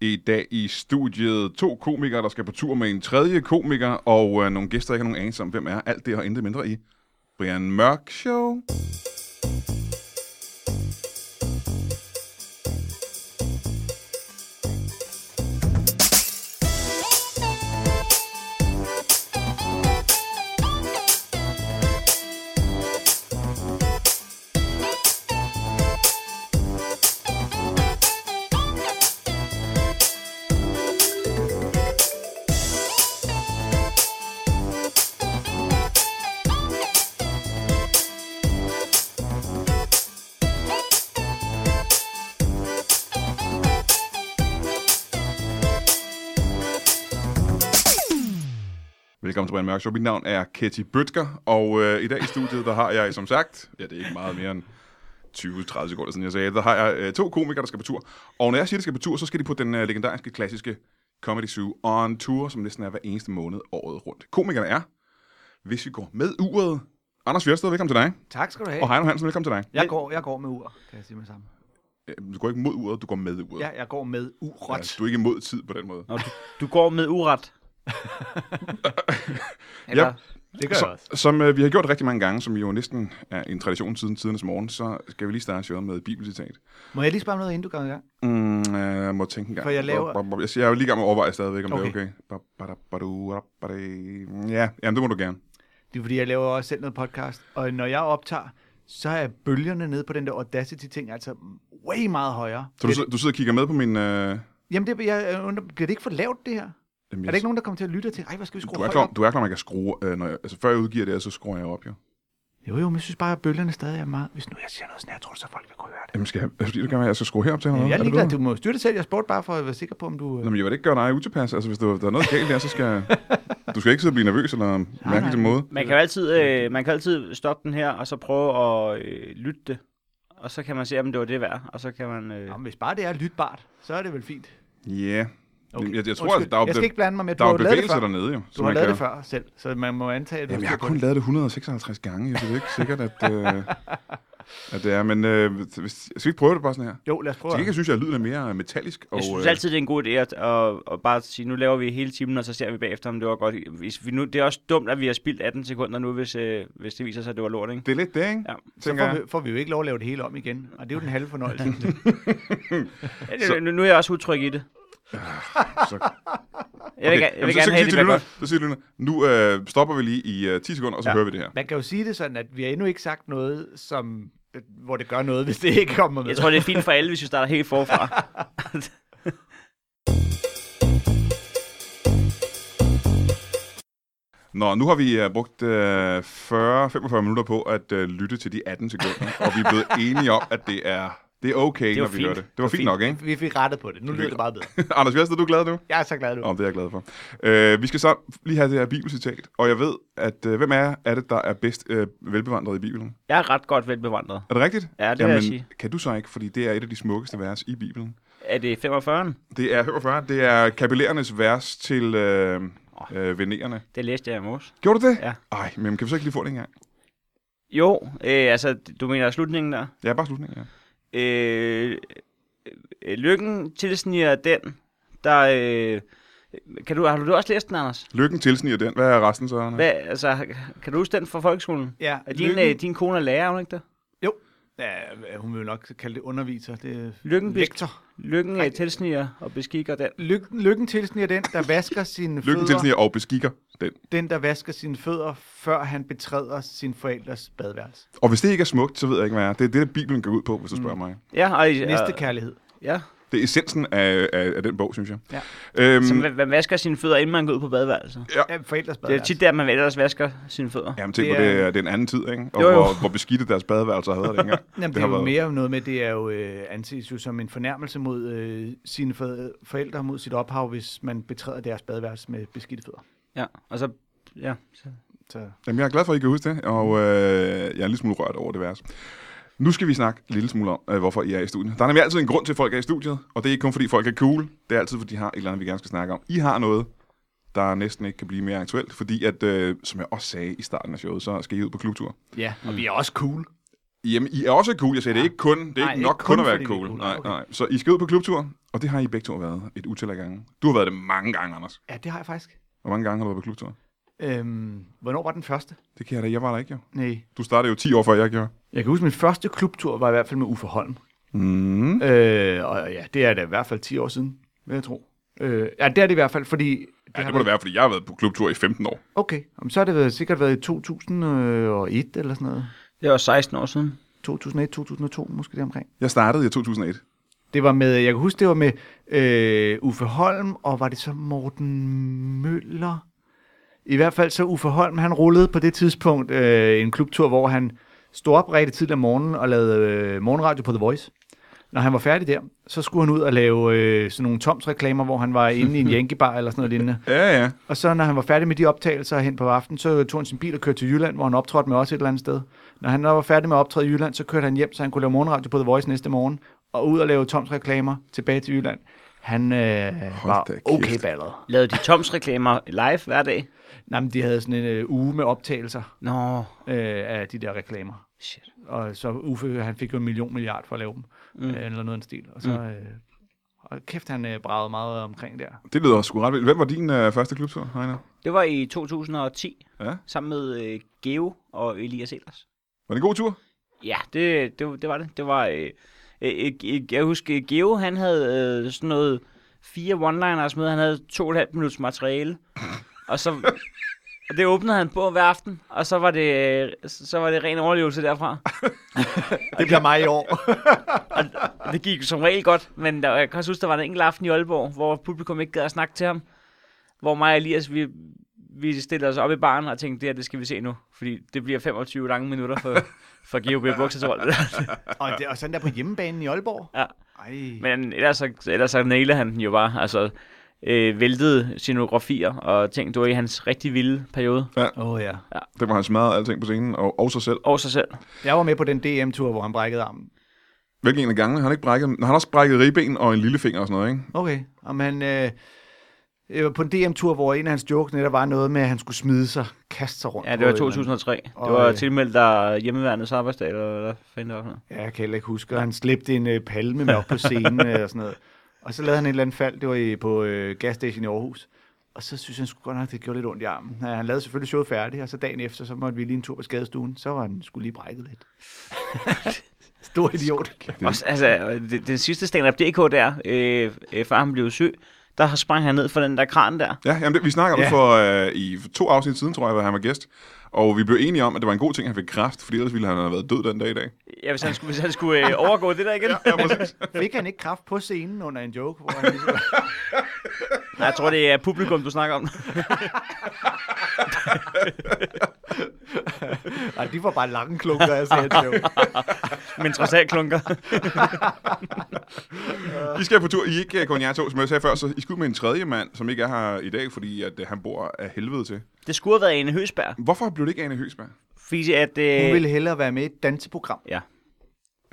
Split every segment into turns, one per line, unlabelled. I dag i studiet to komikere, der skal på tur med en tredje komiker, og øh, nogle gæster, jeg ikke har nogen anelse om, hvem er. Alt det og intet mindre i Brian Mørk Show. Velkommen til Brian Mørk Show. Mit navn er Ketty Bøtger, og øh, i dag i studiet, der har jeg som sagt, ja det er ikke meget mere end 20-30 sekunder siden jeg sagde, det, der har jeg øh, to komikere, der skal på tur. Og når jeg siger, de skal på tur, så skal de på den øh, legendariske, klassiske Comedy Zoo On Tour, som næsten er hver eneste måned året rundt. Komikerne er, hvis vi går med uret, Anders Fjørsted, velkommen til dig.
Tak skal du have.
Og Heino Hansen, velkommen til dig.
Jeg går, jeg går med ur, kan jeg sige med sammen.
Øh, Du går ikke mod uret, du går med uret. Altså,
Ja, jeg går med uret.
du er ikke imod tid på den måde.
Nå, du, du går med uret.
Eller,
ja.
Det gør jeg
Så,
også.
som øh, vi har gjort rigtig mange gange, som jo næsten er en tradition siden tidernes morgen, så skal vi lige starte showet med et bibelcitat.
Må jeg lige spørge om noget, inden du går i gang?
Mm, øh, må tænke en gang.
For jeg laver-
Bop, bop, bop. Jeg, siger, jeg er jo lige i gang med at overveje stadigvæk, om okay. det er
Okay.
okay. Bop, bada, badu, rap, bada. Ja, jamen, det må du gerne.
Det er fordi, jeg laver også selv noget podcast, og når jeg optager, så er bølgerne nede på den der Audacity-ting, altså way meget højere.
Så du,
Bliver
sidder- du sidder og kigger med på min... Øh, jamen,
det, jamen, det, jeg undrer, bliver det ikke for lavt, det her?
jeg-
Er der ikke nogen, der kommer til at lytte og tænke, ej, hvad skal vi skrue
du er,
højt
klar,
op?
du er klar, man kan skrue... Øh, når jeg, altså, før jeg udgiver det, her, så skruer jeg op, jo.
Jo, jo, men jeg synes bare, at bølgerne stadig er meget. Hvis nu jeg siger noget sådan her, tror du så, folk vil kunne høre det?
Jamen, skal jeg, altså, fordi du gerne vil, at jeg skal skrue herop til? eller
Jamen,
noget?
jeg er
det
ligeglad,
bedre?
du må styre det selv. Jeg spurgte bare for at være sikker på, om du... øh,
Nå, men jeg vil da ikke gøre dig utilpas. Altså, hvis der, der er noget galt der, så skal... Du skal ikke sidde og blive nervøs eller mærkelig til måde.
Man kan jo altid, øh, man kan altid stoppe den her, og så prøve at øh, lytte det. Og så kan man se, om det var det værd. Og så kan man... Øh,
Jamen, hvis bare det er lytbart, så er det vel fint.
Ja. Okay.
Okay.
Jeg, jeg tror,
Undskyld,
at der er jo
jeg skal
be-
ikke blande mig med,
der er
du har
jo
jo lavet det
bevægelser
før.
dernede, jo.
Du har lavet det før selv, så man må antage, at du
Jamen, jeg har
styr på
kun
det.
lavet det 156 gange, jo, så det er ikke sikkert, at, øh, at det er. Men øh, hvis, skal vi ikke prøve det bare sådan her?
Jo, lad os prøve.
Til gengæld synes jeg, at lyden er mere metallisk. Og,
jeg synes
øh,
altid, det er en god idé at, at, at bare sige, nu laver vi hele timen, og så ser vi bagefter, om det var godt. Hvis vi nu, det er også dumt, at vi har spildt 18 sekunder nu, hvis, øh, hvis det viser sig, at det var lort, ikke?
det er lidt det, ikke?
Ja.
Så
Tænker
får
jeg.
vi, får vi jo ikke lov at lave det hele om igen, og det er jo den halve fornøjelse.
Ja, det, nu, nu er jeg også utryg i det.
så-
Jeg vil, okay. jeg
Jamen, så, så, kan vi
vil gerne have det
sige til
med
lytterne,
godt.
så siger lytterne, nu øh, stopper vi lige i øh, 10 sekunder, og så
Ja.
hører vi det her.
Man kan jo sige det sådan, at vi har endnu ikke sagt noget, som, hvor det gør noget, hvis det ikke kommer med.
Jeg tror, det er fint for alle, hvis vi starter helt forfra.
Nå, nu har vi øh, brugt øh, 40-45 minutter på at øh, lytte til de 18 sekunder, og vi er blevet enige om, at det er, det er okay,
Det
når
var
vi
fint.
hører det. Det var fint, nok, ikke?
Vi fik rettet på det. Nu lyder det bare bedre.
Anders Fjellsted, du er glad nu?
Jeg er så glad nu.
Om det er jeg glad for. Øh, vi skal så lige have det her bibelcitat, og jeg ved, at øh, hvem er, er det, der er bedst øh, velbevandret i Bibelen?
Jeg er ret godt velbevandret.
Er det rigtigt?
Ja, det vil jeg sige.
Kan du så ikke, fordi det er et af de smukkeste vers i Bibelen.
Er det 45'eren?
Det er, hør før, det er kapillerernes vers til øh, øh, venerende.
Det læste jeg i morges.
Gjorde du det?
Ja.
Ej, men kan vi så ikke lige få det engang?
Jo, øh, altså, du mener slutningen der.
Ja, bare slutningen, ja.
Øh, øh, lykken tilsniger den, der... Øh, kan du, har du også læst den, Anders?
Lykken tilsniger den. Hvad er resten så? Anna?
Hvad, altså, kan du huske den fra folkeskolen?
Ja,
Er din,
lykken-
øh, din kone er lærer, er hun ikke det?
Jo. Ja, hun vil jo nok kalde det underviser. Det er
Lykken bliver-
lektor.
Lykken øh, tilsniger og beskikker den.
Lykken, lykken tilsniger den, der vasker sine
Lykken
fødder.
tilsniger og beskikker den.
Den, der vasker sine fødder, før han betræder sin forældres badeværelse.
Og hvis det ikke er smukt, så ved jeg ikke, hvad er. Det er det, Bibelen går ud på, hvis du spørger mig.
Ja, og,
Næste
og,
kærlighed.
Ja,
Det er essensen af, af, af den bog, synes jeg.
Ja.
Øhm,
som man vasker sine fødder, inden man går ud på badeværelset.
Ja, forældres
Det er
badeværelse.
tit der, man ellers vasker sine fødder.
Jamen tænk
Det
på, det
er-
er, det er en anden tid, ikke? Og
Jo, jo.
Hvor, hvor beskidte deres badeværelser havde været dengang.
Jamen, det,
har
det er
været-
jo mere noget med, det er jo øh, anses jo som en fornærmelse mod øh, sine for, forældre, mod sit ophav, hvis man betræder deres badeværelse med beskidte fødder.
Ja, og så... Ja, så.
Så.
Jamen, jeg er glad for, at I kan huske det, og øh, jeg er en lille smule rørt over det vers. Nu skal vi snakke en lille smule om, øh, hvorfor I er i studiet. Der er nemlig altid en grund til, at folk er i studiet, og det er ikke kun fordi folk er cool, det er altid fordi, de har et eller andet, vi gerne skal snakke om. I har noget, der næsten ikke kan blive mere aktuelt, fordi at, øh, som jeg også sagde i starten af showet, så skal I ud på klubtur.
Ja, og mm. vi er også cool.
Jamen, I er også cool. Jeg siger, det er ikke kun. Det er
Nej,
ikke
ikke
nok kun
kun
at være
fordi vi er
cool.
cool.
Nej,
Okay.
nej. Så I skal ud på klubtur, og det har I begge to været et utal af gange. Du har været det mange gange, Anders.
Ja, det har jeg faktisk.
Hvor mange gange har du været på klubtur?
Øhm, hvornår var den første?
Det kan jeg da. Jeg var der ikke, jo.
Nej.
Du startede jo 10 år før, jeg gjorde.
Jeg kan huske, min første klubtur var i hvert fald med Uffe Holm.
Mm.
Øh, og ja, det er da i hvert fald 10 år siden, vil jeg tro. Øh, ja, det er det i hvert fald, fordi... Det
Ja,
har
det må det
været-
være, fordi jeg har været på klubtur i 15 år.
Okay, Jamen, så har det været, sikkert været i 2001 eller sådan noget.
Det var 16 år siden.
2001-2002 måske deromkring.
Jeg startede i 2001.
Det var med, jeg kan huske, det var med øh, Uffe Holm, og var det så Morten Møller? I hvert fald så Uffe Holm, han rullede på det tidspunkt øh, en klubtur, hvor han stod op rigtig tidligt om morgenen og lavede øh, morgenradio på The Voice. Når han var færdig der, så skulle han ud og lave øh, sådan nogle tomsreklamer, hvor han var inde i en jankebar eller sådan noget lignende.
Ja, ja.
Og så når han var færdig med de optagelser hen på aftenen, så tog han sin bil og kørte til Jylland, hvor han optrådte med os et eller andet sted. Når han var færdig med at optræde i Jylland, så kørte han hjem, så han kunne lave morgenradio på The Voice næste morgen, og ud og lave toms reklamer tilbage til Jylland. Han øh, var
da kæft.
okay ballet.
Lavede de Toms reklamer live hver dag?
Nej, men de havde sådan en øh, uge med optagelser
Nå,
øh, af de der reklamer.
shit.
Og så Uffe, han fik jo en million milliard for at lave dem, mm. øh, eller noget af den stil. Og så,
Mm.
øh, og kæft, han øh, bragede meget omkring der.
Det lyder sgu ret vildt. Hvem var din øh, første klubtur, Heiner?
Det var i 2010,
Ja.
sammen med øh, Geo og Elias Elers.
Var det en god tur?
Ja, det, det, det var det. Det var, øh, øh, øh, jeg husker, Geo, han havde øh, sådan noget fire one-liners med. Han havde to og et halvt minuts materiale. Og så... Og det åbnede han på hver aften, og så var det, øh, så var det ren overlevelse derfra.
Det bliver mig i år.
Og det gik som regel godt, men der, jeg kan også huske, der var en enkelt aften i Aalborg, hvor publikum ikke gad at snakke til ham. Hvor mig og Elias, vi, vi stillede os op i baren og tænkte, det her, det skal vi se nu. Fordi det bliver 25 lange minutter for, for GOB Buksertål.
og, det, og sådan der på hjemmebanen i Aalborg.
ja.
Ej.
Men ellers så, ellers så nailede han den jo bare. Altså, øh, væltede scenografier og ting, det var i hans rigtig vilde periode.
Åh oh, ja.
Det var han smadret alting på scenen, og, og sig selv.
Og sig selv.
Jeg var med på den DM-tur, hvor han brækkede armen.
Hvilken en af gangene? Han har, ikke brækket, han har også brækket ribben og en lillefinger og sådan noget, ikke?
Okay. Og man, øh, jeg var på en DM-tur, hvor en af hans jokes netop var noget med, at han skulle smide sig, kaste sig rundt. på
Ja,
øh,
det var
et eller andet.
2003. Det
Og,
var
øh,
tilmeldt der hjemmeværende arbejdsdag, eller hvad fanden det var. for noget.
Ja, jeg kan heller ikke huske. Og han slæbte en øh, palme med op på scenen øh, og sådan noget. Og så lavede han et eller andet fald, det var i, på øh, gasstation i Aarhus. Og så synes han sgu godt nok, det gjorde lidt ondt i armen. Ja, han lavede selvfølgelig showet færdigt, og så dagen efter, så måtte vi lige en tur på skadestuen. Så var han skulle lige brækket lidt. Stor idiot.
Også, altså, det, den sidste stand-up DK der, øh, øh, før han blev syg, der har sprang han ned for den der kran der.
Ja, jamen det, vi snakker om ja.
Ja.
for øh, i for to afsnit siden, tror jeg, hvor han var gæst. Og vi blev enige om, at det var en god ting, at han fik kræft, fordi ellers ville han have været død den dag i dag.
Ja, hvis han skulle, hvis han skulle øh, overgå det der igen. Ja,
Ja, præcis.
Fik han ikke kraft på scenen under en joke? Hvor han ligesom...
Nej, jeg tror, det er publikum, du snakker om.
Nej, de var bare lange klunker, jeg sagde til
Men trods alt klunker.
I skal på tur. I er ikke øh, kun jer to, som jeg sagde før, så I skal ud med en tredje mand, som ikke er her i dag, fordi at, øh, han bor af helvede til.
Det skulle have været Ane Høsberg.
Hvorfor blev det ikke Anne Høsberg?
Fordi at... Øh,
Hun ville hellere være med i et danseprogram.
Ja.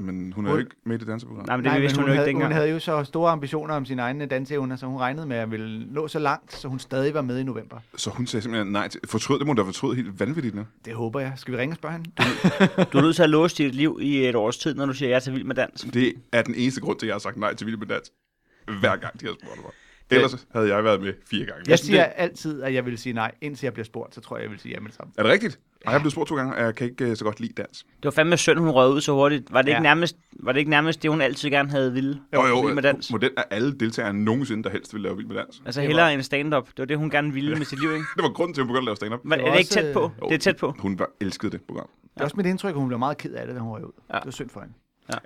Men hun er jo
Hun-
ikke med i det danseprogram.
Nej, men det Nej, vidste
men
hun, jo ikke
havde, hun
dengang.
havde jo så store ambitioner om sine egne danseevner, så hun regnede med, at hun ville nå så langt, så hun stadig var med i november.
Så hun sagde simpelthen nej til... Fortrød, det må hun da fortryde helt vanvittigt nu.
Det håber jeg. Skal vi ringe og spørge hende?
Du er nødt til at låse dit liv i et års tid, når du siger ja til Vild Med Dans.
Det er den eneste grund til, at jeg har sagt nej til Vild med Dans. Hver gang, de har spurgt mig. Ellers havde jeg været med fire gange.
Jeg siger altid, at jeg vil sige nej. Indtil jeg bliver spurgt, så tror jeg, jeg vil sige ja med det samme.
Er det rigtigt? Ej, jeg blev spurgt to gange, og jeg kan ikke øh, så godt lide dans.
Det var fandme synd, hun røg ud så hurtigt. Var det, ja. ikke,
Ja.
nærmest, var det ikke nærmest det, hun altid gerne havde ville?
Jo, jo,
Vild Med Dans.
Model er alle deltagere nogensinde, der helst vil lave vild med dans.
Altså hellere en stand-up. Det var det, hun gerne ville med sit liv, ikke?
Det var grunden til, at hun begyndte at lave stand-up.
Men,
Det
er
var
det ikke
også,
tæt på?
Jo,
Det er tæt på.
Hun var, elskede det program.
Det er også mit indtryk, at hun blev meget ked af det, da hun røg ud. Det var synd for hende.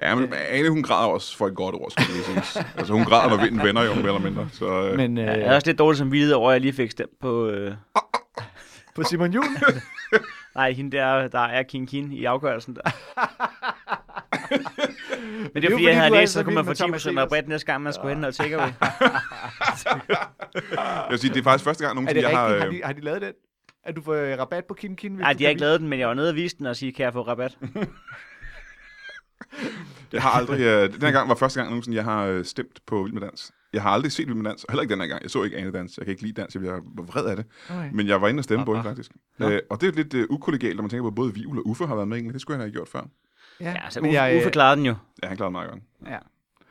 Ja, men Ane, hun græder også for et godt ord, skulle jeg lige sige. Altså, hun græder, når vinden vender, jo mere eller mindre. Så, øh, men,
Men øh,
Jeg havde også lidt dårligt som vidtighed over, at jeg lige fik stemt på... Øh,
på Simon Jul,
Nej, hende der, der er King Kin i afgørelsen der. Men det
jo
er fordi,
fordi,
jeg havde
du er
læst,
så
så kunne man
vild
få
med Thomas
10 procent
Evers.
rabat næste gang, man skulle hen og tjekke ved.
jeg vil sige, det er faktisk første gang
er
nogensinde,
det
jeg har...
rigtigt? Har
Øh,
de, har de lavet den? At du får øh, rabat på Kin Kin? hvis
Nej,
du
de har
kan
ikke lavet den, men jeg var nede og viste den og sige, kan jeg få rabat?
jeg har aldrig... Øh, den her gang var første gang nogensinde, jeg har øh, stemt på Vild med Dans. Jeg har aldrig set Vild med Dans, og heller ikke den her gang. Jeg så ikke Ane Dans. Jeg kan ikke lide dans, jeg bliver vred af det.
Okay.
Men jeg var inde og stemme på hende, faktisk. Øh, og det er jo lidt øh, ukollegialt, når man tænker på, at både Vivl og Uffe har været med. i den. Det skulle jeg have gjort før.
Ja,
Ja, altså,
men,
Uffe,
jeg,
Uffe klarede den jo.
Ja, han klarede meget godt.
ja.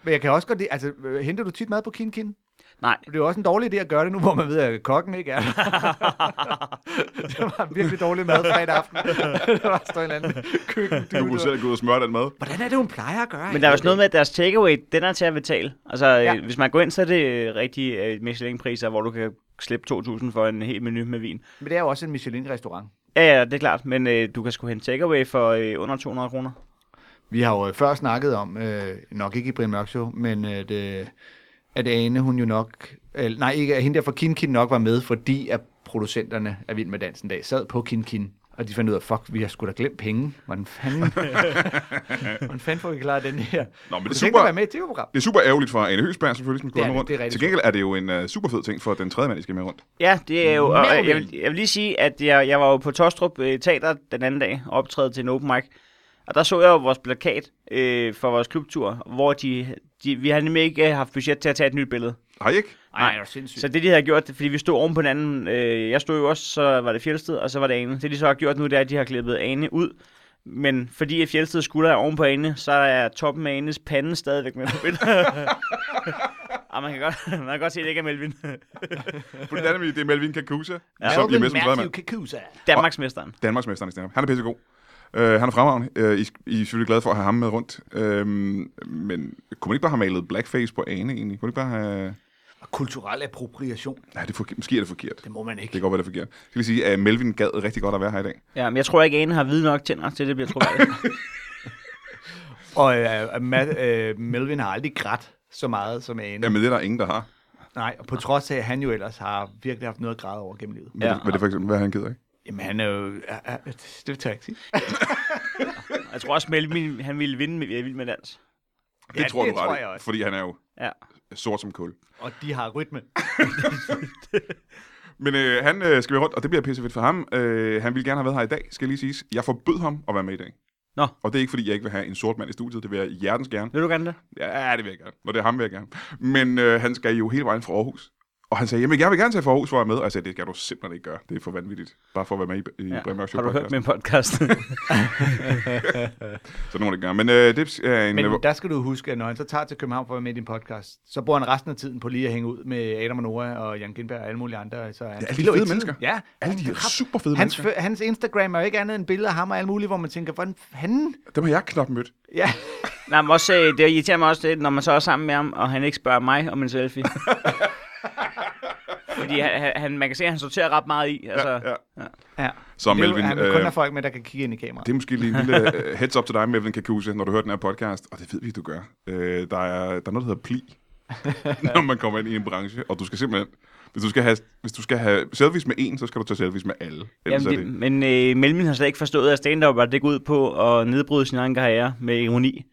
men jeg kan også godt lide, altså, øh, henter du tit mad på Kin Kin?
Nej,
Det er jo også en dårlig idé at gøre det nu, hvor man ved, at kokken ikke er der. det var virkelig dårlig mad fredag aften. der var stået en eller anden køkken.
Du kunne selv gå ud og smøre den mad.
Hvordan er det, hun plejer at gøre?
men der er også noget med, at deres takeaway, den er til at betale. Altså,
Ja.
ja. hvis man går ind, så er det øh, rigtige øh, Michelin-priser, hvor du kan slippe 2.000 for en hel menu med vin.
Men det er jo også en Michelin-restaurant.
Ja, ja, det er klart, men øh, du kan sgu hente takeaway for øh, under 200 kroner.
Vi har jo øh, før snakket om, øh, nok ikke i Brian Mørk Show, men at, øh, at Ane, hun jo nok, øh, nej ikke, at hende der fra Kin Kin nok var med, fordi at producenterne af Vild med Dansen dag sad på Kin Kin. Og de fandt ud af, fuck, vi har sgu da glemt penge. Hvordan fanden, hvordan fanden får vi klaret den her?
Nå, men det er
Kunne
super-
super... være med i et tv-program.
Det er super ærgerligt for Anne Høgsberg, selvfølgelig, som skulle
Det er
med
det,
rundt.
det er rigtig
Til gengæld er det jo en uh, super fed ting for den tredje mand, I skal med rundt.
Ja, det er jo... Og, og jeg,
Marvel.
vil, jeg vil lige sige, at jeg, jeg var jo på Tostrup øh, Teater den anden dag og optræde til en open mic. Og der så jeg jo vores plakat øh, for vores klubtur, hvor de, de... Vi har nemlig ikke øh, haft budget til at tage et nyt billede.
Har I ikke?
Ej, det er sindssygt.
Så det, de havde gjort, fordi vi stod oven på hinanden. Øh, jeg stod jo også, så var det Fjeldsted, og så var det Ane. Det, de så har gjort nu, det er, at de har klippet Ane ud. Men fordi at Fjeldsted skulder er oven på Ane, så er toppen af Anes pande stadigvæk med på billedet. Ah, man kan godt, man kan godt se, at det ikke er Melvin.
Fordi det er nemlig, det er Melvin Kakusa, ja, som bliver med som tredje mand.
Danmarksmesteren.
Danmarksmesteren i stand Han er pissegod. Uh, han er fremragende. Uh, I, I er selvfølgelig glade for at have ham med rundt. Uh, men kunne man ikke bare have malet blackface på Ane egentlig? Kunne man ikke bare have...
Og kulturel appropriation,
Nej, det er forkert. måske er det forkert.
det må man ikke.
Det går, hvad det er forkert. Skal vi sige, at Melvin gad rigtig godt at være her i dag.
Ja, men jeg tror ikke, Ane har viden nok tænder til, det bliver troværdigt.
Og øh, Matt, øh, Melvin har aldrig grædt så meget som Ane.
Jamen, det er der ingen, der har.
Nej, og på trods af, at han jo ellers har virkelig haft noget at græde over gennem livet.
Hvad, ja.
Ja.
hvad det for eksempel, hvad han gider, ikke?
Jamen, han er jo... Er, er, det tør jeg ikke sige.
jeg tror også, Melvin han ville vinde med, vild med dans.
Det
Ja,
tror
det
du ret
tror
i,
jeg også.
Fordi han er jo
Ja.
sort som kul.
Og de har rytme.
Men øh, han øh, skal være rundt, og det bliver pissefedt for ham. Øh, han ville gerne have været her i dag, skal jeg lige sige. Jeg forbød ham at være med i dag.
Nå.
Og det er ikke, fordi jeg ikke vil have en sort mand i studiet. Det vil jeg hjertens gerne.
Vil du gerne det?
Ja, det vil jeg gerne. Når det er ham, vil jeg gerne. Men øh, han skal jo hele vejen fra Aarhus. Og han sagde, jamen jeg vil gerne tage fra Aarhus for at være med. Og jeg sagde, det skal du simpelthen ikke gøre. Det er for vanvittigt. Bare for at være med i, i ja.
Ja.
Bremer
Har
Show
du hørt
podcast.
min podcast?
Så nogen, der gør. Men øh, det er en...
Men
Men,
der skal du huske, at når han så tager til København for at være med i din podcast, så bruger han resten af tiden på lige at hænge ud med Adam og Nora og Jan Gindberg og alle mulige andre. Så han
alle de
spilder jo
fede
ikke tiden.
mennesker.
Ja.
alle de her super fede
Hans,
mennesker.
fø- hans Instagram er jo ikke andet end billeder af ham og alt muligt, hvor man tænker, hvordan fanden?
Dem har jeg knap mødt.
Ja.
Nej, men også, øh, det irriterer mig også lidt, når man så er sammen med ham, og han ikke spørger mig om en selfie. Fordi han, han- han, man kan se, at han sorterer ret meget i. Altså, ja,
Ja.
ja.
Så
Det er jo,
Melvin,
han vil kun
øh,
have folk med, der kan kigge ind i kameraet.
Det er måske lige en lille øh, heads up til dig, Melvin Kakuse, når du hører den her podcast, og det ved vi, du gør. Øh, der, er, der er noget, der hedder pli, når man kommer ind i en branche, og du skal simpelthen, hvis du skal have, hvis du skal have selfies med en, så skal du tage selfies med alle. Ellers Jamen,
Jamen, det,
er det,
men øh, Melvin har slet ikke forstået, at stand-up var det går ud på at nedbryde sin egen karriere med ironi.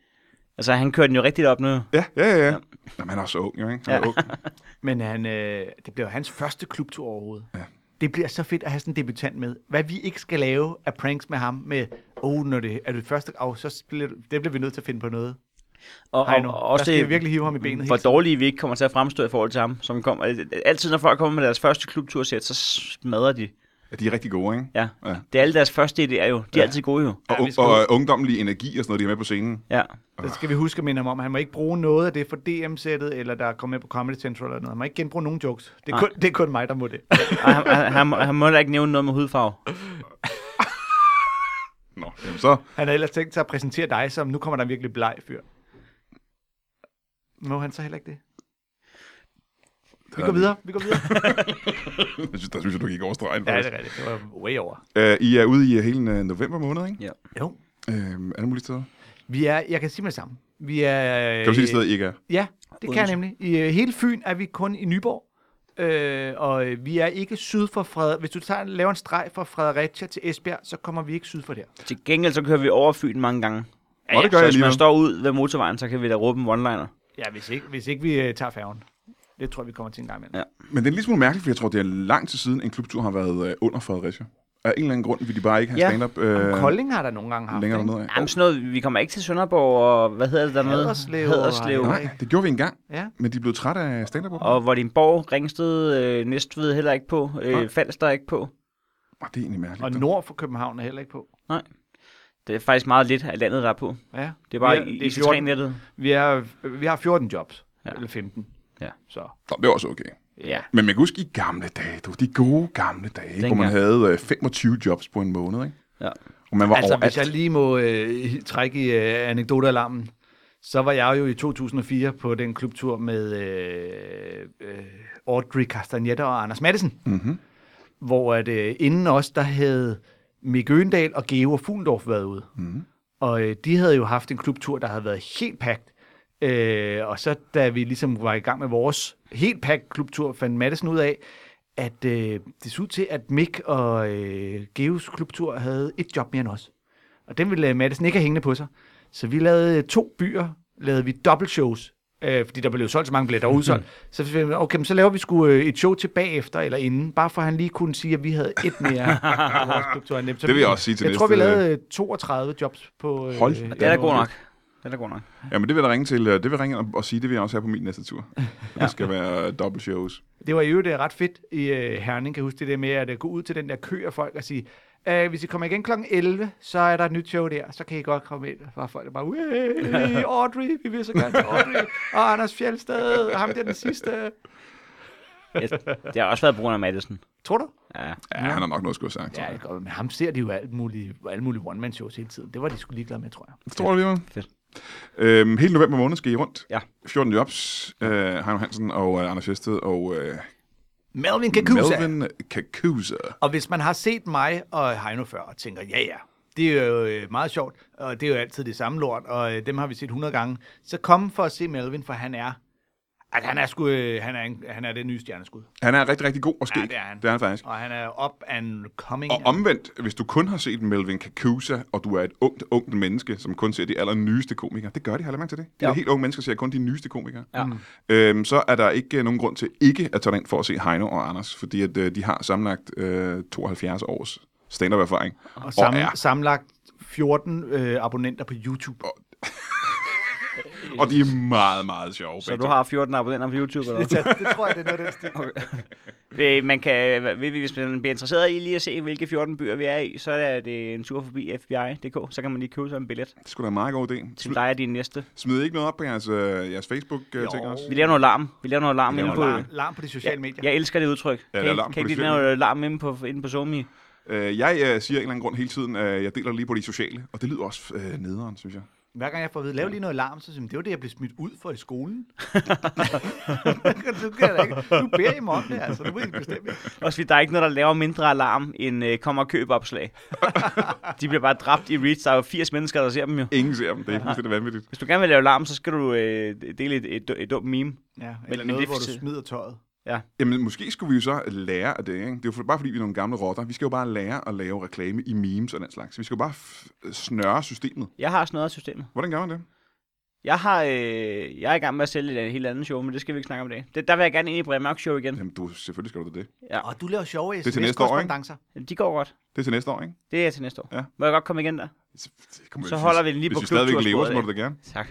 Altså, han kørte den jo rigtigt op nu.
ja, ja, ja. ja. Nå, men han er også ung, jo, ikke? Han er
Ja.
ung.
Men han, øh, det bliver jo hans første klubtur overhovedet. Ja. Det bliver så fedt at have sådan en debutant med. Hvad vi ikke skal lave af pranks med ham med, oh, når det er det første, oh, så spiller, du- det bliver vi nødt til at finde på noget.
Og,
Hej nu,
og, og
der
også
skal jeg
det,
virkelig hive ham i benet.
hvor
hele tiden.
dårlige vi ikke kommer til at fremstå i forhold til ham. Som kom, altid, når folk kommer med deres første klubtursæt, så smadrer de.
Ja, de er rigtig gode, ikke?
Ja.
Ja.
ja. Det er alle deres første idéer jo. De er ja. altid gode jo.
Og,
Ja, vi
ja,
skal
og, og ungdomlig energi og sådan noget, de er med på scenen.
Ja.
Så skal vi huske at minde ham om, at han må ikke bruge noget af det fra DM-sættet, eller der er kommet med på Comedy Central eller noget. Han må ikke genbruge nogen jokes. Det er, kun, det er kun mig, der må det.
Og han, han, han, må- han må da ikke nævne noget med hudfarve.
Nå, jamen så,
Han har ellers tænkt sig at præsentere dig som, nu kommer der en virkelig bleg fyr. Må han så heller ikke det? Vi går videre, vi går videre.
jeg synes, der synes jeg, du gik over stregen.
ja,
Ja,
det er rigtigt. Det var way over.
Øh, I er ude i øh, hele øh, november måned, ikke?
Ja.
Jo.
Øh, alle mulige steder.
Vi er, jeg kan sige med det samme. Vi er...
Kan du sige de steder, I ikke er?
Ja, det kan jeg
Odense.
nemlig. I øh, hele Fyn er vi kun i Nyborg, øh, og øh, vi er ikke syd for Fred. Hvis du tager, laver en streg fra Fredericia til Esbjerg, så kommer vi ikke syd for der.
Til gengæld så kører vi over Fyn mange gange.
Nå, det gør jeg
så hvis man
alligevel.
står ud ved motorvejen, så kan vi da råbe en one-liner.
Ja, hvis ikke, hvis ikke vi øh, tager færgen. Det tror jeg, vi kommer til en gang imellem.
Ja.
Men det er en lille smule mærkeligt, for jeg tror, det er lang tid siden, en klubtur har været øh, under Fredericia. Af en eller anden grund vil de bare ikke have
Ja.
stand-up øh,
Øh, Kolding har der nogle gange haft.
længere
ikke?
dernede af.
Jamen sådan noget, vi kommer ikke til Sønderborg og hvad hedder det dernede?
Haderslev.
Haderslev.
Nej.
Nej, det gjorde vi engang,
Ja.
men de blev trætte af stand-up. Og...
Og Vordingborg, Ringsted, øh, Næstved heller ikke på. Øh, Falster er ikke på.
Det er egentlig mærkeligt.
Og
da.
nord for København er heller ikke på.
Nej. Det er faktisk meget lidt af landet, der er på.
Ja.
Det er bare
vi det er
ja,
14
IC3-nettet.
vi, er, vi har 14 jobs.
Ja.
Ja. Eller 15.
Ja.
Så.
Nå, det var også okay.
Ja.
Men man kan huske i gamle dage, du, de gode gamle dage, Dengang.
Dengang.
hvor man havde øh, 25 jobs på en måned, ikke?
ja.
Og man var
Altså,
overalt.
hvis jeg lige må øh, trække i øh, anekdotealarmen, så var jeg jo i 2004 på den klubtur med øh, øh, Audrey Castagnetta og Anders Madsen, mm-hmm. hvor at, øh, inden os, der havde Mick Øgendal og Geo og Fuglendorf været ude. Mm-hmm. Og øh, de havde jo haft en klubtur, der havde været helt pakket. Øh, og så da vi ligesom var i gang med vores helt pakket klubtur, fandt Madsen ud af, at øh, det så ud til, at Mick og øh, Geos klubtur havde et job mere end os. Og den ville øh, Madsen ikke have hængende på sig. Så vi lavede øh, to byer, lavede vi dobbeltshows, øh, fordi der blev solgt så mange billetter og udsolgt.
Mhm.
Så fandt vi, okay, men så laver vi sgu øh, et show til bagefter eller inden, bare for at han lige kunne sige, at vi havde et mere på vores klubtur end dem. Så
Det vil jeg
vi-
også sige til
Jeg tror, vi
næste-
lavede øh, 32 jobs på... Øh,
Hold
Det er da
den
god
måde.
nok. Det er da god nok.
Ja, men det vil jeg da ringe til. øh, Det vil jeg ringe og, og sige, det vil jeg også have på min næste tur. Det skal være øh, dobbelt shows.
Det var i øvrigt øh, ret fedt i øh, Herning, kan jeg huske det der med at øh, gå ud til den der kø af folk og sige, "Øh, hvis I kommer igen kl. 11, så er der et nyt show der, så kan I godt komme ind. Og folk er bare, "Uæh, Audrey, vi vil så gerne til Audrey, og Anders Fjeldsted, ham der den sidste.
Jeg, det har også været på grund af Madison.
Tror du?
Ja.
Ja, han har nok noget, skulle have sagt.
Ja,
Ja.
det er godt, men ham ser de jo alt muligt, alle mulige one-man-shows hele tiden. Det var de sgu ligeglade med, tror jeg.
Tror du, det var?
Fedt.
Øhm, hele november måned skal I rundt.
Ja.
14 jobs. Øh, Heino Hansen og øh, Anders Fjæsted og øh,
Melvin Kakusa.
Melvin Kakusa.
Og hvis man har set mig og Heino før og tænker, ja ja, det er jo øh, meget sjovt, og det er jo altid det samme lort, og øh, dem har vi set 100 gange, så kom for at se Melvin, for han er, at han er, sgu, øh, han, er en, han er det nye stjerneskud.
Han er rigtig, rigtig god og skæg.
Ja, det er han.
Det er han faktisk.
Og han er up and coming.
Og omvendt, hvis du kun har set Melvin Kakusa, og du er et ungt, ungt menneske, som kun ser de allernyeste komikere, det gør de, har jeg lagt mærke til det. De
Ja.
ja. helt unge mennesker ser kun de nyeste komikere.
Ja.
Øhm, så er der ikke øh, nogen grund til ikke at tage ind for at se Heino og Anders, fordi at, øh, de har sammenlagt øh, 72 års stand-up-erfaring.
og sam,
er.
samlet 14 øh, abonnenter på YouTube.
Og de er meget, meget sjove.
Så
begge
du
to.
har 14 abonnenter på YouTube, eller hvad?
Det, det tror jeg, det er noget af den stil.
Øh, Man kan, hvad- ved vi, hvis man bliver interesseret i lige at se, hvilke 14 byer vi er i, så er det en tur forbi FBI.dk, så kan man lige købe sig en billet
Det skulle da en meget god idé.
til
Smid,
dig og din næste.
smid ikke noget op på jeres, øh, jeres Facebook-ting også.
Vi laver noget larm. Vi laver noget larm
Vi laver
inde på...
noget larm.
Larm på de sociale
Jeg,
medier.
jeg elsker det udtryk.
Ja,
Ja,
der er
kan,
larm på
I- kan
de
ikke lide
sociale
noget larm inde på, inde på Zomi?
Øh, jeg øh, siger af en eller anden grund hele tiden, øh, jeg deler lige på de sociale, og det lyder også øh, nederen, synes jeg.
Hver gang jeg får at vide, lav lige noget larm, så siger jeg, det var det, jeg blev smidt ud for i skolen. du, kan jeg da ikke. du beder I mig om det, altså. Du må ikke bestemme.
Også fordi der er ikke noget, der laver mindre alarm end øh, kommer og køb opslag. De bliver bare dræbt i Reach. Der er jo 80 mennesker, der ser dem jo.
Ingen ser dem, det er fuldstændig vanvittigt.
Hvis du gerne vil lave larm, så skal du øh, dele et, et, et dumt meme.
Ja,
Men-
eller
men
noget,
det er
hvor
for
du
tid.
smider tøjet.
Jamen, måske skulle vi jo så lære af det, ikke? Det er jo for, bare fordi, vi er nogle gamle rotter. Vi skal jo bare lære at lave reklame i memes og den slags. Vi skal jo bare f- øh, snøre systemet.
Jeg har sådan noget af systemet.
Hvordan gør man det?
Jeg, har, øh, jeg er i gang med at sælge et helt andet show, men det skal vi ikke snakke om i dag. Det, der vil jeg gerne ind i Brian Mørk Show igen.
Jamen, du, selvfølgelig skal du da det.
Ja.
Og du laver sjove
er til næste år, ikke?
sms-korrespondancer.
De går godt.
Det er til næste år, ikke?
Det er til næste år.
Ja.
Må jeg godt komme igen der?
Så, det kommer-
Så holder vi den lige
hvis
på
Hvis vi stadigvæk lever, så må du da
klubtursporet,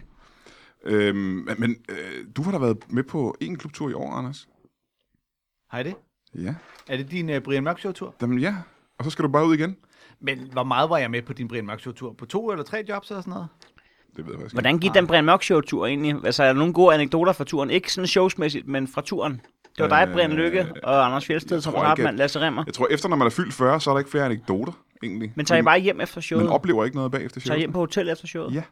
gerne.
Tak.
Øhm, men- men øh, du har da været med på en klubtur i år, Anders.
Har I det?
Ja.
Er det din uh, Brian Mørk Show-tur?
Jamen, ja. Og så skal du bare ud igen.
Men hvor meget var jeg med på din Brian Mørk Show-tur? På to eller tre jobs eller sådan noget?
Det ved jeg faktisk ikke.
Hvordan gik den Brian Mørk Show-tur egentlig? Altså, er der nogle gode anekdoter fra turen? Ikke sådan showsmæssigt, men fra turen. Det var dig,
Øh,
Brian Lykke og Anders Fjeldsted,
jeg tror
Troels
ikke,
Hartmann,
at-
Lasse Remmer.
Jeg tror, efter når man er fyldt 40, så er der ikke flere anekdoter, egentlig.
Men tager I bare hjem efter
Man
showet?
oplever ikke noget bagefter
tager I
showet.
hjem på hotel efter showet?
Ja.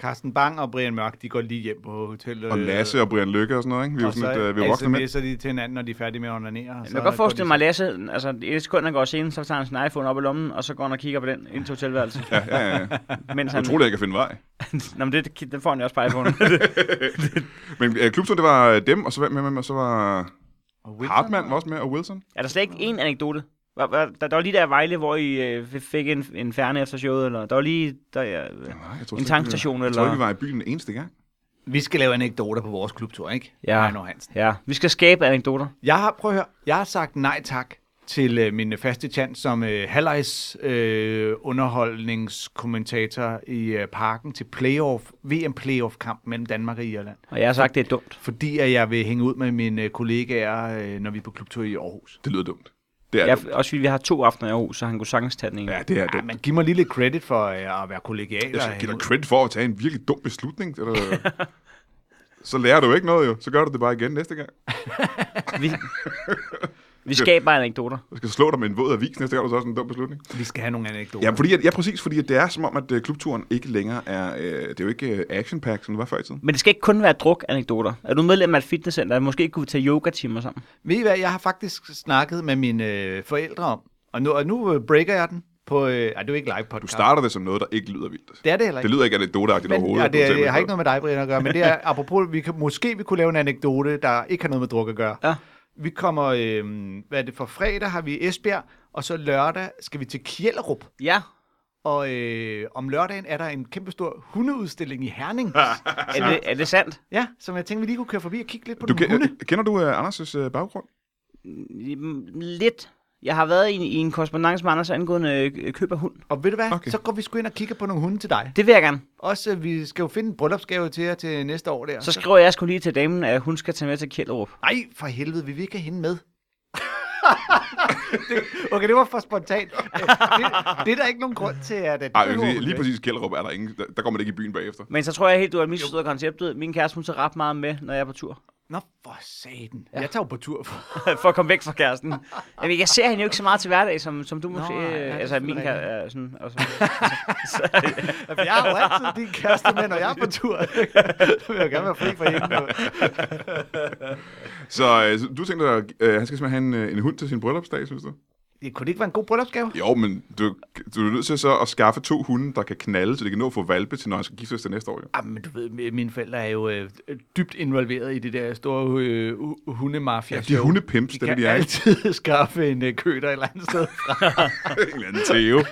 Carsten Bang og Brian Mørk, de går lige hjem på hotellet.
Og Lasse og Brian Lykke og sådan noget, ikke? Vi er jo sådan lidt, øh, vi er voksne mænd.
så sms'er de til hinanden, når de er færdige med at onanere. og
Jeg
så
kan
går
godt
de
forestille
så-
mig, at Lasse, altså i et sekund, han går scenen, så tager han sin iPhone op i lommen, og så går han og kigger på den ind til hotelværelset.
Ja, ja, ja.
mens
Jeg
han...
tror, det, jeg kan finde vej.
Nå, men det, det får han jo også på iPhone.
Men øh, klubturen, det var øh, dem, og så hvem med, med, og så var
Og Wilson?
Hartmann var også med, og Wilson.
er der slet ikke én anekdote? Var, var, der, der var lige der i Vejle, hvor I øh, f- fik en, en færne efter showet, eller der var lige... Der, øh,
Nej, jeg tror,
En
slet ikke, vi var-
tankstation,
Jeg tror ikke,
eller-
vi var i byen den eneste gang.
Vi skal lave anekdoter på vores klubtur, ikke?
Ja.
Heino Hansen.
ja, vi skal skabe anekdoter.
Jeg har, prøv at høre, jeg har sagt nej tak til øh, min faste chance som øh, halvlejs øh, underholdningskommentator i øh, parken til playoff, VM playoff kamp mellem Danmark og Irland.
Og jeg har sagt, det er dumt.
Fordi at jeg vil hænge ud med mine øh, kollegaer, øh, når vi er på klubtur i Aarhus.
Det lyder dumt. Det er
Ja,
dumt.
også fordi vi har to aftener i Aarhus, så han kunne sagtens tage den ene.
Ja, det er
Ja,
dumt.
Ah, men giv mig lige lidt credit for øh, at være kollegial.
Jeg skal
og-
give dig credit for at tage en virkelig dum beslutning. Det er da- så lærer du ikke noget jo. Så gør du det bare igen næste gang.
Vi, vi skaber anekdoter.
Jeg skal slå dig med en våd avis næste gang, du så også en dum beslutning.
Vi skal have nogle anekdoter.
Ja, fordi, at, ja præcis, fordi at det er som om, at øh, klubturen ikke længere er... Øh, det er jo ikke øh, action pack, som det var før i tiden.
Men det skal ikke kun være druk-anekdoter. Er du medlem af et fitnesscenter? Måske kunne vi tage yoga-timer sammen.
Ved I hvad, jeg har faktisk snakket med mine øh, forældre om, og nu, og nu øh, breaker jeg den på... Øh, ej, det er jo ikke live podcast.
Du starter det som noget, der ikke lyder vildt.
Det er det heller ikke.
Det lyder ikke anekdoteagtigt
men,
overhovedet.
ja,
at du
det, er,
taler
det har
med
ikke noget med dig, Brian, at gøre, men det er, apropos, vi kan, måske vi kunne lave en anekdote, der ikke har noget med druk at gøre.
Ja.
Vi kommer, øh, hvad er det, for fredag har vi Esbjerg, og så lørdag skal vi til Kjellerup.
Ja.
Og øh, om lørdagen er der en kæmpe stor hundeudstilling i Herning.
Er det, er det sandt?
ja, som jeg tænkte, vi lige kunne køre forbi og kigge lidt på
Du,
du nogle hunde.
ke- øh, kender du uh, Anders' uh, baggrund?
Lidt. Jeg har været i, en- i en korrespondance med Anders angående øh, køb af hund.
Og ved du hvad,
Okay.
okay. så går vi sgu ind og kigger på nogle hunde til dig.
Det vil jeg gerne.
Også, øh, vi skal jo finde en bryllupsgave til jer til næste år der.
Så skriver jeg sgu lige til damen, at hun skal tage med til Kjellerup.
Nej, for helvede, vi vil ikke have hende med. det, okay, det var for spontant. Øh, Det, det er der ikke nogen grund til, at... at
Ej, jeg kan sige, lige præcis Kjellerup er der ingen. Der, der går man ikke i byen bagefter.
Men så tror jeg helt, du har misforstået konceptet. Min kæreste, hun tager ret meget med, når jeg er på tur.
Nå, for satan. Ja. Jeg tager jo på tur for...
for at komme væk fra kæresten. Jamen, jeg ser hende jo ikke så meget til hverdag, som, som du må
Nå,
se.
nej, nej, det er
altså, min
selvfølgelig
kæreste er sådan... Og så,
Jamen, jeg har jo altid din kæreste med, når jeg er på tur. Så vil jeg gerne være fri for hende. jo.
Så øh, så du tænkte, at øh, han skal simpelthen have en, øh, en hund til sin bryllupsdag, synes du?
Det kunne det ikke være en god bryllupsgave?
Jo, men du, du er nødt til så at skaffe to hunde, der kan knalde, så de kan nå at få valpe til, når han skal giftes til næste år. Jo.
Jamen, men du ved, mi- mine forældre er jo øh, dybt involveret i det der store øh, hu- hundemafia.
Ja, de er hundepimps, det er
kan
det, de er. ikke?
altid skaffe en øh, køter et eller andet sted
en eller anden Theo.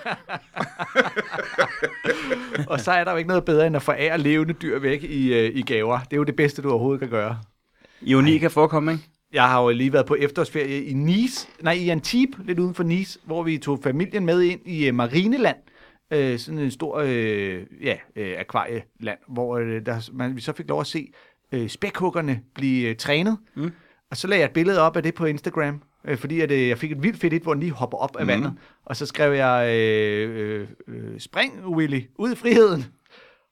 Og så er der jo ikke noget bedre, end at forære levende dyr væk i, øh, i gaver. Det er jo det bedste, du overhovedet kan gøre.
Ironi kan forekomme, ikke?
Jeg har jo lige været på efterårsferie i Nice, nej, i Antibes, lidt uden for Nice, hvor vi tog familien med ind i øh, Marineland. Øh, sådan en stor øh, ja, øh, akvarieland, hvor øh, der, man, vi så fik lov at se øh, spækhuggerne blive øh, trænet. Mm. Og så lagde jeg et billede op af det på Instagram, øh, fordi at, øh, jeg fik et vildt fedt et, hvor den lige hopper op af mm. vandet. Og så skrev jeg, øh, øh, øh, spring Willy, ud i friheden.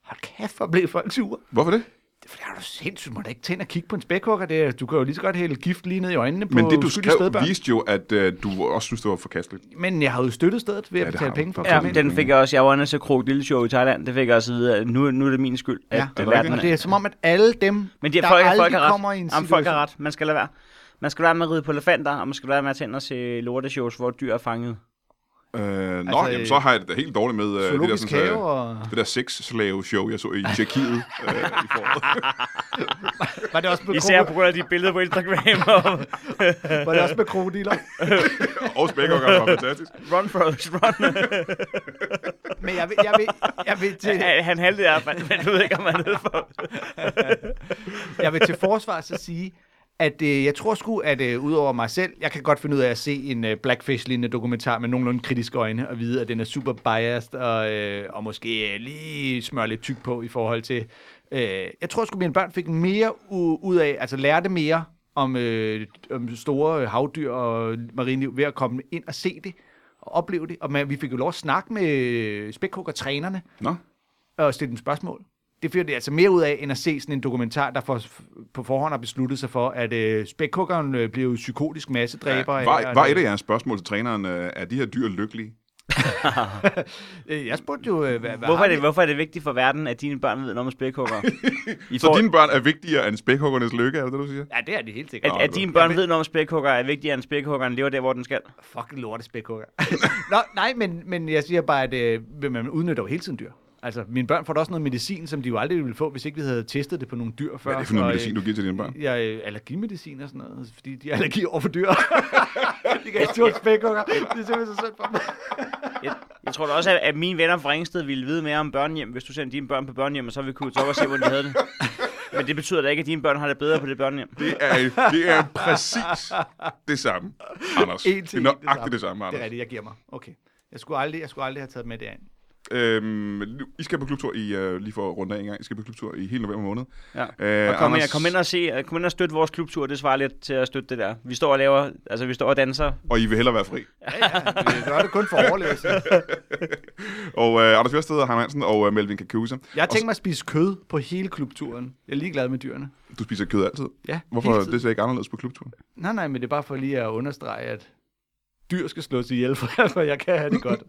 Hold kæft, hvor blev folk sure.
Hvorfor det?
Det er fordi, er du sindssygt, må da ikke tænde og kigge på en spækhugger. Det er, du kan jo lige så godt hælde gift lige ned i øjnene på
Men det, du
uskyldige
skrev,
spædbørn.
viste jo, at øh, du også synes, det var forkasteligt.
Men jeg har jo støttet stedet ved at
Ja,
ja,
det
betale
har du.
penge for at
Ja,
komme ind.
det-
den fik jeg også. Jeg var inde til Krokodille Show i Thailand. Det fik jeg også at vide, at nu, nu er det min skyld, at
Ja,
er
ja,
det
verden
Og det er som om, at alle dem,
Men de,
der
folk,
aldrig
folk har ret.
kommer i en
Jamen, folk har ret. Man skal lade være. Man skal lade være med at ride på elefanter, og man skal lade være med at tænde og se lorteshows, hvor dyr er fanget.
Øh, nå,
Altså,
jamen, så har jeg det da helt dårligt med øh, det der,
zoologisk
sådan,
have
øh,
og...
det der sex-slave-show, jeg så i Tjekkiet øh, i foråret.
Var det også med,
Især
kroko...
på grund af de billeder på Instagram. og
var det også med krokodiller?
Og spækhugger var fantastisk.
run, Frogs, run.
Men jeg vil, jeg vil, jeg vil, til,
Han, han halvede i hvert fald, men du ved ikke, om han er for.
jeg vil til forsvar så sige, at øh, jeg tror sgu, at øh, udover mig selv, jeg kan godt finde ud af at se en øh, Blackfish-lignende dokumentar med nogenlunde kritiske øjne, og vide, at den er super biased, og, øh, og måske øh, lige smøre lidt tyk på i forhold til... Øh, jeg tror sgu, mine børn fik mere u- ud af, altså lærte mere om, øh, om store øh, havdyr og marinliv ved at komme ind og se det, og opleve det. Og man, vi fik jo lov at snakke med øh, spækhugger-trænerne,
Nå,
og stille dem spørgsmål. Det finder det altså mere ud af, end at se sådan en dokumentar, der for, på forhånd har besluttet sig for, at øh, spækhuggeren øh, blev jo psykotisk massedræber.
var,
af-
var et af jeres spørgsmål til træneren, øh, er de her dyr lykkelige?
Øh, Jeg spurgte jo, øh, hvad, hvad
Hvorfor
har
er, det,
de-
hvorfor er det vigtigt for verden, at dine børn ved noget om spækhugger? I
Så
forhold-
dine børn er vigtigere end spækhuggernes lykke, er det det, du siger?
Ja, det er de helt sikkert.
At, at dine børn ved noget om spækhugger, er vigtigere end spækhuggeren lever der, hvor den skal.
Fucking lorte spækhugger. Nå, nej, men, men jeg siger bare, at øh, man udnytter jo hele tiden dyr. Altså, mine børn får da også noget medicin, som de jo aldrig ville få, hvis ikke vi havde testet det på nogle dyr før.
Hvad er det for noget
Og, øh,
medicin, du giver til dine børn?
Ja, øh, allergimedicin og sådan noget, fordi de er allergi over for dyr. de kan ikke tåle spækhugger. Det er simpelthen så synd for mig.
Jeg, jeg tror da også, at, at mine venner fra Ringsted ville vide mere om børnehjem, hvis du sendte dine børn på børnehjem, og så ville vi kunne tage op og se, hvordan de havde det. Men det betyder da ikke, at dine børn har det bedre på det børnehjem.
Det er, det er præcis det samme, Anders.
En til
det er
en
nøjagtigt det samme,
Det
Anders.
er rigtigt, jeg giver mig. Okay. Jeg skulle aldrig, jeg skulle aldrig have taget med det ind.
Øhm, I skal på klubtur i, øh, lige for at runde af en gang, I skal på klubtur i hele november måned.
Ja.
Øh,
Og kom, Anders... kom, ind og se, kom ind og støtte vores klubtur, det svarer lidt til at støtte det der. Vi står og laver, altså vi står og danser.
og I vil hellere være fri.
Vi gør det kun for overlevelse.
Og øh, Anders Fjørsted og Heim Hansen og øh, Melvin Kakusa.
Jeg har tænkt mig at spise kød på hele klubturen. Jeg er ligeglad med dyrene.
Du spiser kød altid.
Ja,
Hvorfor
hele tiden.
det ser ikke anderledes på klubturen?
Nej, nej, men det er bare for lige at understrege, at dyr skal slås ihjel, for for jeg kan have det godt.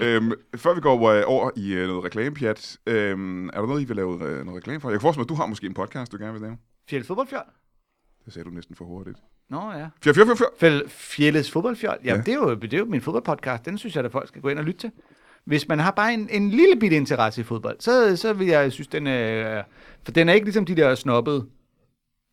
øhm, før vi går øh, over i øh, noget reklamepjat, øhm, er der noget, I vil lave øh, noget reklame for? Jeg kan forestille mig, at du har måske en podcast, du gerne vil lave.
Fjellet fodboldfjold?
Det sagde du næsten for hurtigt.
Nå ja.
Fjør, fjør, fjør, fjør.
Fjell, Fjellets fodboldfjold? Jamen,
Ja.
ja. det, er jo, det er jo min fodboldpodcast. Den synes jeg, at folk skal gå ind og lytte til. Hvis man har bare en, en lille bitte interesse i fodbold, så, så vil jeg synes, den er... For den er ikke ligesom de der snobbede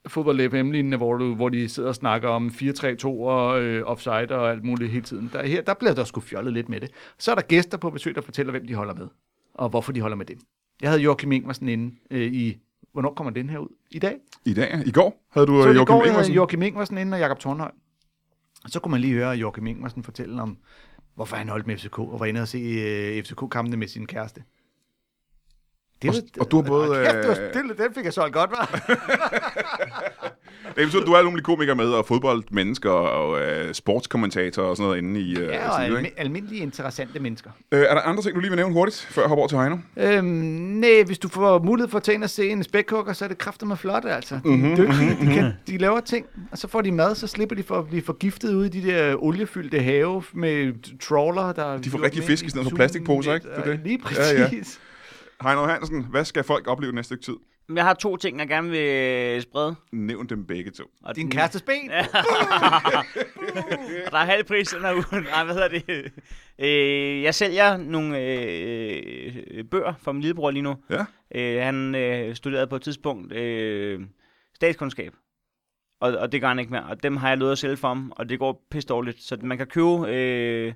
fodbold fm lignende hvor, du, hvor de sidder og snakker om 4-3-2 og øh, offside og alt muligt hele tiden. Der, her, der bliver der sgu fjollet lidt med det. Så er der gæster på besøg, der fortæller, hvem de holder med, og hvorfor de holder med dem. Jeg havde Joachim Ingersen inde øh, i... Hvornår kommer den her ud? I dag?
I dag, i går, havde du
Så
øh,
i
Joachim
går havde
Ingersen.
Joachim Ingvarsen inde og Jakob Tornhøj. Og så kunne man lige høre Joachim Ingvarsen fortælle om, hvorfor han holdt med FCK, og var inde og se øh, FCK-kampene med sin kæreste. Det
Og- og du har både,
Hold Kæft, det var,
øh,
det, den fik jeg solgt godt, hva'?
Det betyder, at du er nogle komiker med, og fodboldmennesker, og øh, sportskommentatorer og sådan noget inde i... Øh,
Ja, og
sådan noget,
almi-
ikke?
almindelige interessante mennesker.
øh, er der andre ting, du lige vil nævne hurtigt, før jeg hopper over til Heino?
Øhm, nej, hvis du får mulighed for at tage ind og se en spækhugger, så er det kræfter med flot, altså. De,
Mhm.
er dygtige, de, kan, de laver ting, og så får de mad, så slipper de for at blive forgiftet ude i de der oliefyldte have med trawler, der...
De får rigtig fisk i sådan noget plastikposer, ikke? Det er det.
Lige
Ja, ja.
præcis.
Heino Hansen, hvad skal folk opleve næste stykke tid?
Men Jeg har to ting, jeg gerne vil øh, sprede.
Nævn dem begge to.
Og
Din
den-
kærestes ben.
Og der er halv pris den her uge. Nej, hvad hedder det? Øh, jeg sælger nogle øh, øh, bøger for min lillebror lige nu.
Ja.
Øh, han øh, studerede på et tidspunkt øh, statskundskab. Og, og det gør han ikke mere. Og dem har jeg lovet at sælge for ham, og det går pisse dårligt. Så man kan købe øh,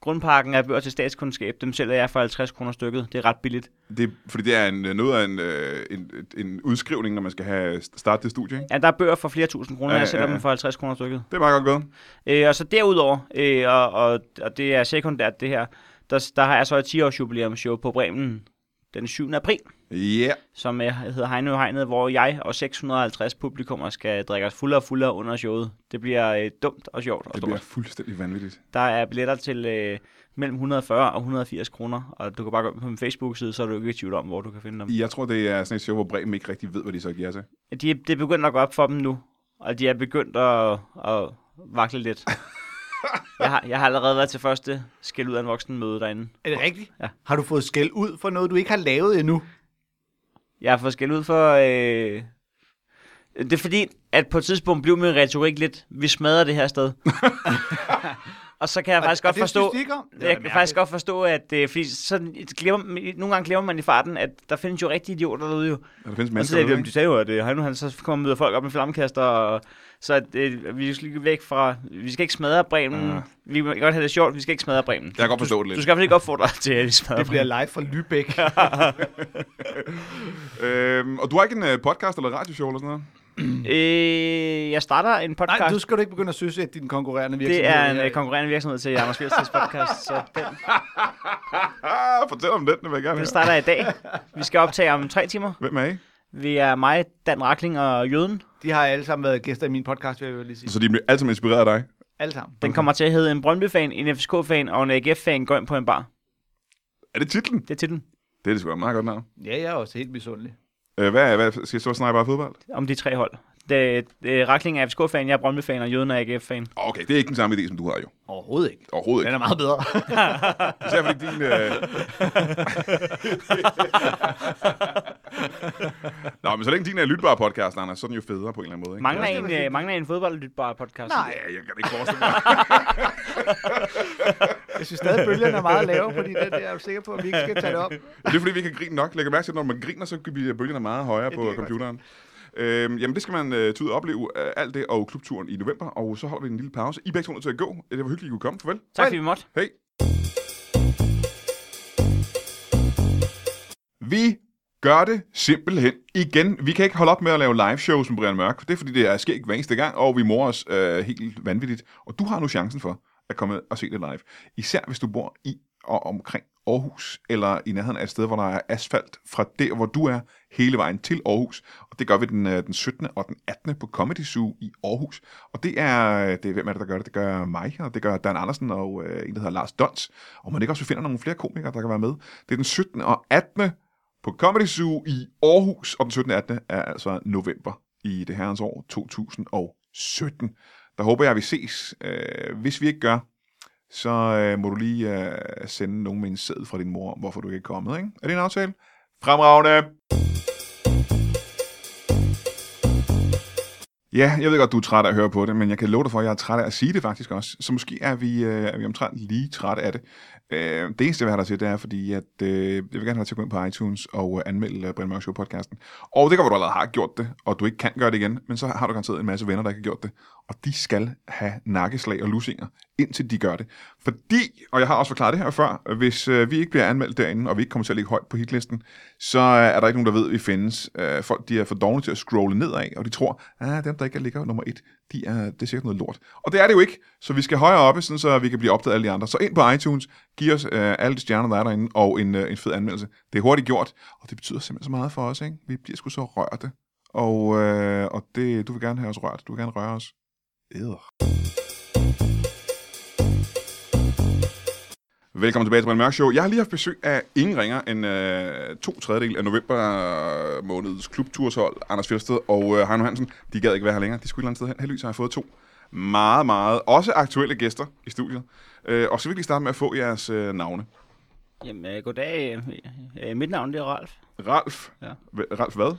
grundpakken af bøger til statskundskab. Dem sælger jeg for 50 kroner stykket. Det er ret billigt.
Det, er- fordi det er en, øh, noget af en, øh, en, en udskrivning, når man skal have starte det studie, ikke?
Ja, der er bøger for flere tusind kroner,
Ja,
ja, jeg sælger
ja, ja.
dem for 50 kroner stykket.
Det er meget godt gået.
Øh, og så derudover, øh, og, og, og det er sekundært det her, der, der har jeg så et 10-års jubilæumsshow på Bremen den 7. april,
Ja. Yeah.
som øh, hedder Heino i Hegnet, hvor jeg og 650 publikummer skal drikke os fuldere og fuldere under showet. Det bliver øh, dumt og sjovt og
Det bliver
stort.
fuldstændig vanvittigt.
Der er billetter til øh, mellem 140 og 180 kroner, og du kan bare gå ind på min Facebook-side, så er du ikke i tvivl om, hvor du kan finde dem.
Jeg tror, det er sådan et show, hvor Bremen ikke rigtig ved, hvad de så giver sig.
De, det er begyndt at gå op for dem nu, og de er begyndt at, at vakle lidt. Jeg har, jeg har allerede været til første skæld ud af en voksen møde derinde.
Er det rigtigt?
Ja.
Har du fået skæld ud for noget, du ikke har lavet endnu?
Jeg har fået skæld ud for... Øh... Det er fordi, at på et tidspunkt blev min retorik lidt, vi smadrer det her sted. og så kan jeg faktisk
og
godt
det
forstå...
synes de ikke om? Det er da
Jeg kan
mærkeligt.
faktisk godt forstå, at øh, fordi sådan, glemmer, nogle gange glemmer man i farten, at der findes jo rigtige idioter derude jo.
Og der findes
Og så
mennesker,
sagde de,
der,
"Jamen, de sagde jo, at øh, han, han så kommer og møder folk op med flammekaster, og, så at, øh, vi skal lige væk fra, vi skal ikke smadre bremen.
Ah.
Vi kan godt have det sjovt, vi skal ikke smadre bremen.
jeg kan godt forstå det
Du
lidt.
skal i hvert fald ikke opfordre til, at vi smadrer
Det bliver
Bremen.
live fra Lübeck.
Øhm, og du har ikke en øh, podcast eller radioshow eller sådan noget?
Øh, jeg starter en podcast.
Nej, du skal du ikke begynde at søge at din konkurrerende virksomhed.
Det er en
her.
øh, konkurrerende virksomhed til Anders Fjeldsted podcast, så den,
Ah, fortæl om den, det vil jeg gerne
den
høre.
starter i dag. Vi skal optage om tre timer.
Hvem er I?
Vi er mig, Dan Rakling og Jøden.
De har alle sammen været gæster i min podcast, vil jeg lige sige.
Så de bliver alle sammen inspireret af dig.
Alle sammen.
Den kommer til at hedde en Brøndby-fan, en FCK-fan og en AGF-fan går ind på en bar.
Er det titlen?
Det er titlen.
Det er det sgu da meget godt navn.
Ja, jeg er også helt misundelig.
Øh, hvad, hvad, skal jeg så snakke bare fodbold?
Om de tre hold. Det, det, Rakling er FCK-fan, jeg er Brøndby-fan og Jøden er AGF-fan.
Ah, Okay, det er ikke den samme idé, som du har jo.
Overhovedet ikke.
Overhovedet
Den
ikke.
er meget bedre.
Især fordi din... Øh... Nå, men så længe din er lytbar podcast, Anders, så er den jo federe på en eller anden måde. Ikke?
Mangler,
Ja.
en, øh, mangler en fodboldlytbar podcast?
Nej,
Ja, jeg kan da ikke forestille mig.
jeg synes stadig, bølgerne er meget lave, fordi det, det er jeg jo sikker på, at vi ikke skal tage det op.
Det er fordi, vi ikke kan grine nok. Læg mærke til, at når man griner, så bliver bølgerne meget højere
det
på
er godt.
computeren. Øhm, jamen, det skal man øh, tyde opleve, øh, alt det og klubturen i november, og så holder vi en lille pause. I er begge to nødt til at gå. Det var hyggeligt, I kunne komme. Farvel.
Tak fordi vi måtte.
Hej. Vi gør det simpelthen igen. Vi kan ikke holde op med at lave live shows med Brian Mørk. Det er fordi, det er sker ikke hver eneste gang, og vi morer os øh, helt vanvittigt. Og du har nu chancen for at komme og se det live. Især hvis du bor i og omkring Aarhus, eller i nærheden af et sted, hvor der er asfalt fra der, hvor du er, hele vejen til Aarhus. Og det gør vi den, øh, den 17. og den 18. på Comedy Zoo i Aarhus. Og det er, øh, det er hvem er det, der gør det? Det gør mig, og det gør Dan Andersen og øh, en, der hedder Lars Dons. Og man ikke også finder nogle flere komikere, der kan være med. Det er den 17. og 18. på Comedy Zoo i Aarhus, og den 17. og 18. er altså november i det herrens år 2017. Der håber jeg, at vi ses. Øh, hvis vi ikke gør, så øh, må du lige øh, sende nogen med en sæd fra din mor, om hvorfor du ikke er kommet. Ikke? Er det en aftale? Fremragende! Ja, jeg ved godt, du er træt af at høre på det, men jeg kan love dig for, at jeg er træt af at sige det faktisk også. Så måske er vi, øh, er vi omtrent lige træt af det. Øh, det eneste, jeg vil have dig til, det er, fordi at, øh, jeg vil gerne have dig til at gå ind på iTunes og øh, anmelde øh, Brian Mørk Show-podcasten. Og det kan være, du allerede har gjort det, og du ikke kan gøre det igen, men så har du garanteret en masse venner, der ikke har gjort det. Og de skal have nakkeslag og lusinger, indtil de gør det. Fordi, og jeg har også forklaret det her før, hvis øh, vi ikke bliver anmeldt derinde, og vi ikke kommer til at ligge højt på hitlisten, så øh, er der ikke nogen, der ved, at vi findes. Øh, folk de er for dogne til at scrolle nedad, og de tror, at dem, der ikke ligger nummer et, de er, det er sikkert noget lort. Og det er det jo ikke, så vi skal højere oppe, sådan, så vi kan blive opdaget af alle de andre. Så ind på iTunes, giv os øh, alle de stjerner, der er derinde, og en, øh, en fed anmeldelse. Det er hurtigt gjort, og det betyder simpelthen så meget for os. Ikke? Vi bliver sgu så rørte. Og, øh, og det, du vil gerne have os rørt. Du vil gerne røre os. Eder. Velkommen tilbage til Brian Mørk Show. Jeg har lige haft besøg af ingen ringer end øh, to tredjedel af november øh, måneds klubturshold, Anders Fjelsted og øh, Heino Hansen. De gad ikke være her længere. De skulle et eller andet sted hen. Heldigvis har jeg fået to meget, meget, også aktuelle gæster i studiet. Øh, og så vil jeg lige starte med at få jeres øh, navne.
Jamen, øh, goddag. Øh, øh, mit navn det er Ralf.
Ralf.
Ja.
Hva- Ralf hvad?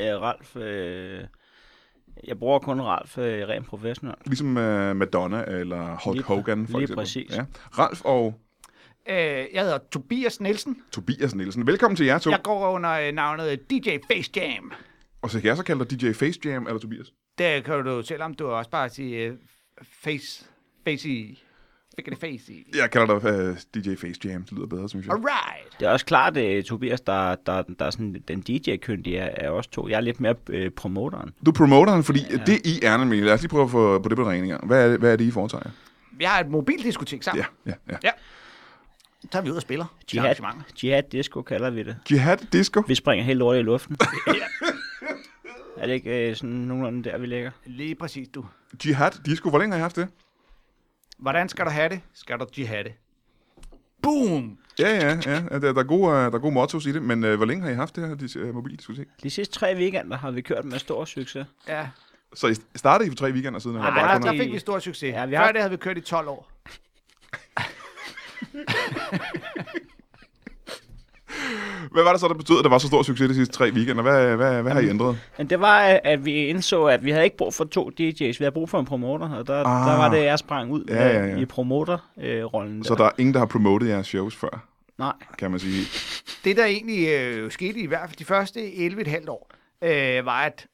Øh, Ralf, øh, jeg bruger kun Ralf øh, rent professionelt.
Ligesom øh, Madonna eller Hulk
Lige præ-
Hogan, for
lige
eksempel.
præcis.
Ja. Ralf og
Øh, jeg hedder Tobias Nielsen.
Tobias Nielsen. Velkommen til jer to.
Jeg går under øh, navnet DJ Face Jam.
Og så kan jeg så kalde dig DJ Face Jam eller Tobias?
Der kan du, selvom du også bare sige øh, face, facey, fikkende facey.
Jeg kalder dig øh, DJ Face Jam. Det lyder bedre, synes jeg.
Alright.
Det er også klart, at Tobias, der, der, der er sådan den DJ-kyndige af af os to. Jeg er lidt mere øh, promoteren.
Du er promoteren, fordi ja. det I er nemlig, lad os lige prøve at få på det på det rene engang. Hvad er det, hvad er det I foretager?
Vi har et mobildiskotek sammen.
Ja, ja, ja.
Ja. Så er vi ude og spiller. til arrangementer.
Jihad, jihad disco kalder vi det.
Jihad Disco.
Vi springer helt lortet i luften. er det ikke øh, sådan nogenlunde der, vi ligger?
Lige præcis, du.
Jihad Disco. Hvor længe har I haft det?
Hvordan skal du have det? Skal du jihade det? Boom!
Ja, ja, ja. Der, der, er gode, øh, der er gode mottos i det, men øh, hvor længe har I haft det her dis- øh, mobildiskotek?
De sidste tre weekender har vi kørt med stor succes.
Ja.
Så I startede I for tre weekender siden? eller
Nej,
bare
der,
kun-
der fik vi stor succes.
Ja,
Ja,
vi
vi
har-
Før det havde vi kørt i 12 år.
Hvad var det så, der betød, at der var så stor succes de sidste tre weekender? Hvad, hvad, hvad har I ændret?
Men det var, øh, at vi indså, at vi havde ikke brug for to DJ's. Vi havde brug for en promoter, og der, ah, der var det, jeg sprang ud
Ja,
ja, med,
ja, ja.
i promoterrollen.
Så der er ingen, der har promotet jeres shows før,
Nej,
kan man sige.
Det, der egentlig øh, skete i hvert fald de første 11,5 år, øh, var, at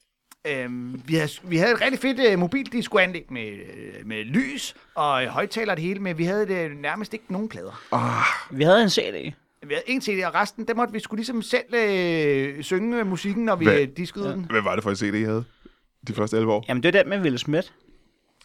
øh, vi, havde, vi havde et rigtig fedt øh, mobildiscoanlæg med, øh, med lys og øh, højtaler og det hele, men vi havde øh, nærmest ikke nogen plader.
vi havde en CD.
Vi havde en CD, og resten, der måtte vi skulle ligesom selv øh, synge øh, musikken, når vi
Hvad?
øh, diskede ja. den.
Hvad var det for et CD, I havde? De første 11 år.
Jamen, det er den med Will Smith.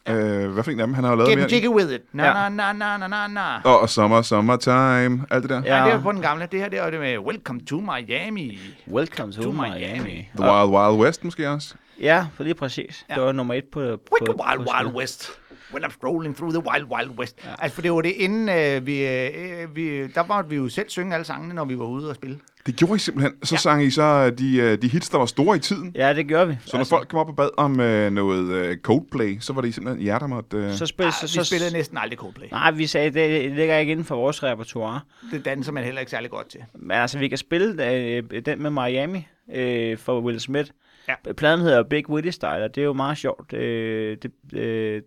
Øh, hvad for en af dem? Han har jo lavet
Get
mere. end-
jiggy with it. Na,
Ja.
ja. na, na, na, na, na.
Åh, Og Summer, Summertime. Alt det der.
Ja.
Ja.
Nej, det var på den gamle. Det her det var det med Welcome to Miami.
Welcome to,
To
Miami.
Miami.
The Wild Wild West måske også.
Ja, for lige præcis. Ja.
Ja.
Det var nummer et på... på,
Wild,
på
wild,
sådan-
wild west. When I'm strolling through the wild, wild west. Ja. Altså, for det var det inden øh, vi, øh, vi... Der måtte vi jo selv synge alle sangene, når vi var ude og spille.
Det gjorde I simpelthen. Så ja. sang I så øh, de, øh, de hits, der var store i tiden.
Ja, det gjorde vi.
Så når altså. folk kom op og bad om øh, noget øh, Coldplay, så var det simpelthen jer, der måtte... Øh...
så,
Så...
spil,
Ah,
så,
vi
så,
spillede næsten aldrig Coldplay.
Nej, vi sagde, det ligger ikke inden for vores repertoire.
Det danser man heller ikke særlig godt til.
Men altså, vi kan spille øh, den med Miami øh, for Will Smith.
Ja.
Pladen hedder Big Witty Style, og det er jo meget sjovt. Øh, det, øh,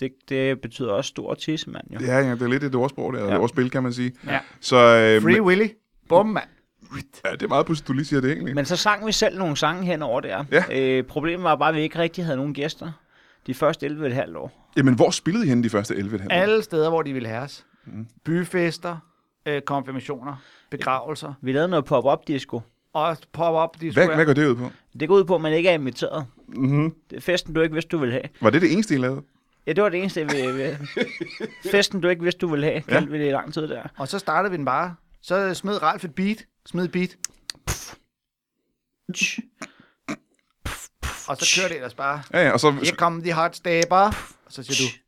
det, det betyder også stor tissemand, jo.
Ja, ja, det er lidt et ordsprog, der, ja. et ordspil, kan man sige.
Ja.
Så øh,
Free
men,
Willy. Bum, mand.
ja, det er meget pudsigt, du lige siger det egentlig. Men...
Men så sang vi selv nogle sange henover der.
Ja.
Øh, problemet var bare, at vi ikke rigtig havde nogen gæster. De første 11,5 år.
Jamen, hvor spillede I henne de første 11 hen?
Alle steder, hvor de ville have os.
Mm.
Byfester, øh, konfirmationer, begravelser,
Vi lavede noget pop-up disco.
og pop-up disco.
Hvad, hvad går det ud på?
Det går ud på, at man ikke er inviteret. Mm-hmm. Det er festen, du ikke vidste, du ville have.
Var det det eneste, I lavede?
Ja, det var det eneste, vi... vi festen, du ikke vidste, du ville have, kaldte vi det i lang tid der.
Og så startede vi den bare Så øh, smed Ralf et beat. Smed et beat. Og så kører det ellers bare.
Ja, ja, og så...
Her kommer de hot stepper. Og så siger du,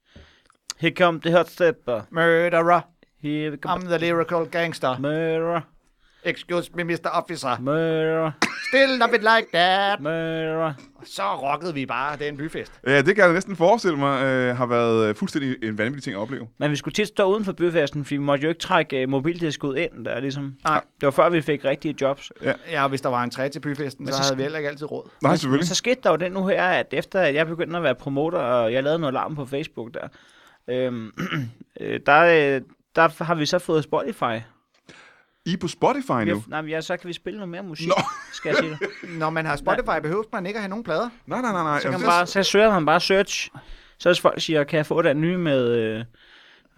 Here come the hot stepper.
murderer,
Here we come
I'm the lyrical gangster.
murderer,
Excuse me, Mr. Officer.
murderer,
Still up it like that.
murderer.
Og Så rockede vi bare den byfest.
Ja, det kan jeg næsten forestille mig, øh, har været øh, fuldstændig en vanvittig ting at opleve.
Men vi skulle tit stå uden for byfesten, fordi vi måtte jo ikke trække øh, mobiltilskud ind der, ligesom.
Nej.
Det var før, vi fik rigtige jobs.
Ja, og hvis der var en træ til byfesten, så,
så
havde
skal-
vi heller ikke altid råd.
Nej,
Men
selvfølgelig.
så skete der jo det nu her, at efter at jeg begyndte at være promoter, og jeg lavede noget larm på Facebook der, øhm, øh, der, øh, der har vi så fået Spotify.
I er på Spotify
Vi
nu?
har, nej, men ja, så kan vi spille noget mere musik,
Nå.
skal jeg sige det.
Når man har Spotify, behøver man ikke at have nogen plader.
Nej, nej, nej, nej.
Så, kan
Jamen,
man
det er-
bare, så søger man bare search. Så hvis folk siger, kan jeg få den nye med, øh,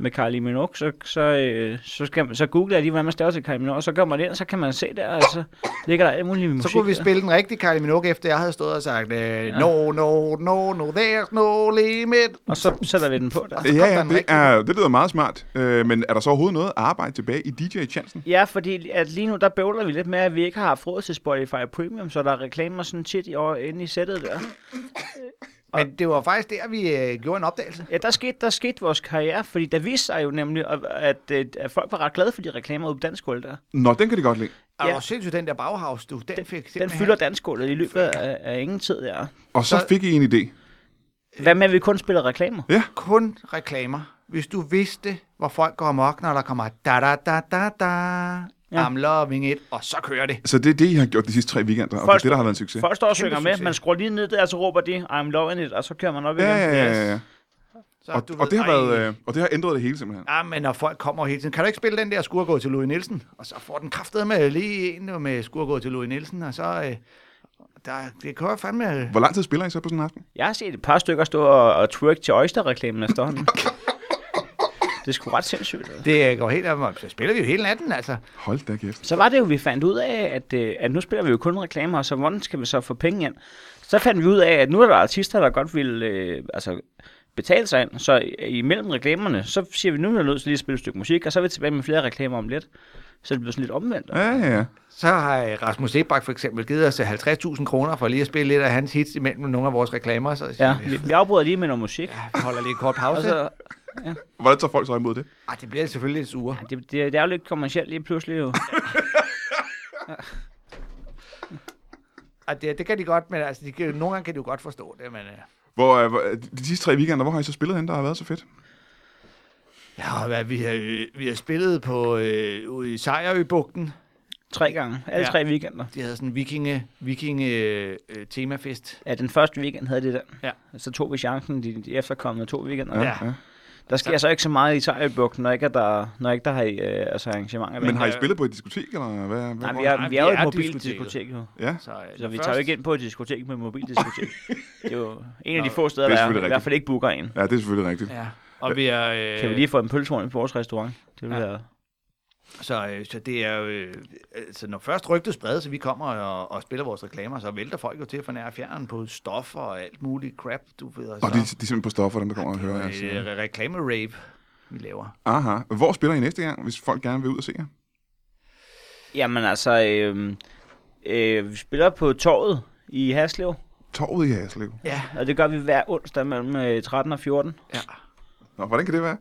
med Kylie Minogue, så, så, øh, så, skal, man- så googler jeg lige, hvordan man staver til Kylie Minogue, og så går man ind, og så kan man se der, og så ligger der alt muligt musik.
Så kunne vi
der.
spille den rigtige Kylie Minogue, efter jeg havde stået og sagt, øh, no, no, no, no, there's no limit.
Og så sætter vi den på der.
så kom
Ja,
der
ja,
en
det,
rigtig-
er, det lyder meget smart. Øh, men er der så overhovedet noget at arbejde tilbage i DJ-chancen?
Ja, fordi at lige nu, der bøvler vi lidt med, at vi ikke har haft råd til Spotify Premium, så der er reklamer sådan tit i år inde i sættet der.
Men det var faktisk der, vi øh, gjorde en opdagelse.
Ja, der skete, der skete vores karriere, fordi der viste sig jo nemlig, at, at, øh, at folk var ret glade for de reklamer ude på dansk gulv der.
Nå, den kan de godt lide.
Og
Ja.
ja. sindssygt, den der baghavs, du, den, fik
Den
simpelthen-
fylder dansk gulvet i løbet af, af ingen tid der.
Og så
Så-
fik I en idé.
Hvad med, at vi kun spiller reklamer?
kun reklamer. Hvis du vidste, hvor folk går amok, når der kommer da da da da da,
Ja.
ja. I'm loving it, og så kører det.
Så det er det, I har gjort de sidste tre weekender, og det er
Folk-
det, der har været en succes.
Folk står og synger med,
succes.
man skruer lige ned der, så råber de, I'm loving it, og så kører man op
Ja,
igen.
ja, ja, ja, ja.
Så
Og,
du
og, det har
ej,
været, øh, og det har ændret det hele simpelthen.
Ja, men når folk kommer hele tiden, kan du ikke spille den der skurgå til Louis Nielsen? Og så får den kraftet med lige en øh, med skurgå til Louis Nielsen, og så... Øh, der, det kører fandme... øh,
Hvor lang tid spiller I så på sådan en aften?
Jeg har set et par stykker stå og, og twerk til Oyster-reklamen efterhånden. det er sgu ret sindssygt. altså.
Det går helt af mig. Så spiller vi jo hele natten, altså.
Hold da kæft.
Så var det jo, vi fandt ud af, at, øh, at nu spiller vi jo kun reklamer, og så hvordan skal vi så få penge ind? Så fandt vi ud af, at nu er der artister, der godt vil øh, altså, betale sig ind. Så i- imellem reklamerne, så siger vi, nu er vi nødt til lige at spille et stykke musik, og så er vi tilbage med flere reklamer om lidt. Så det bliver sådan lidt omvendt.
Ja, ja, ja.
Så har øh, Rasmus Sebak for eksempel givet os øh, 50.000 kroner for lige at spille lidt af hans hits imellem nogle af vores reklamer. Så siger
Ja,
vi,
vi, vi afbryder lige med noget musik.
"Ja, vi holder lige en kort pause.
Og
Altså,
så,
Hvordan tager folk så imod det?
Ej, det bliver selvfølgelig lidt sure.
det, det, det er jo lidt kommercielt lige pludselig jo.
Ej, det, det kan de godt, men altså, de kan, jo- nogle gange kan de jo godt forstå det, men... Øh,
Hvor, øh, hvor- de sidste tre weekender, hvor har I så spillet hen, der har været så fedt?
ja, hvad, vi, har, øh, vi har spillet på øh, ude i Sejrøbugten.
Tre gange. Alle
Ja.
ja. tre weekender.
De havde sådan en vikinge, vikinge øh, temafest.
Ja, den første weekend havde det der.
Ja.
Så tog vi chancen de, de efterkommende to weekender.
Ja.
ja.
Der sker så ikke så meget i Sejlbugten, når ikke at der, når ikke der har øh, altså arrangementer.
Men har I
øh,
spillet på et diskotek, eller hvad? hvad
Nej,
hvor-
vi er,
Nej,
vi er jo
vi
et
er
mobildiskotek jo.
Ja,
Så, øh,
Så vi
først-
tager jo ikke ind på et diskotek med mobildiskotek. det er jo en af de få steder,
det er
der er,
selvfølgelig
i hvert fald ikke booker en.
ja det er selvfølgelig rigtigt.
Ja, og vi er... Øh,
Kan vi lige få en pølsehorn i vores restaurant? Det vil
Ja.
være...
Så, øh, så det er jo... Øh, altså, når først rygtet spredes, så vi kommer og, og spiller vores reklamer, så vælter folk jo til at fornære fjern på stoffer og alt muligt crap, du ved.
Og
så,
de, de er simpelthen på stoffer, dem der kommer og hører altså. jeres.
øh, re- reklamerave, vi laver.
Aha. Hvor spiller I næste gang, hvis folk gerne vil ud og se jer?
Jamen altså, øh, øh, vi spiller på torvet i Haslev,
Torvet i Haslev.
Ja,
og det gør vi hver onsdag mellem øh, 13 og 14.
ja.
Nå, hvordan kan det være?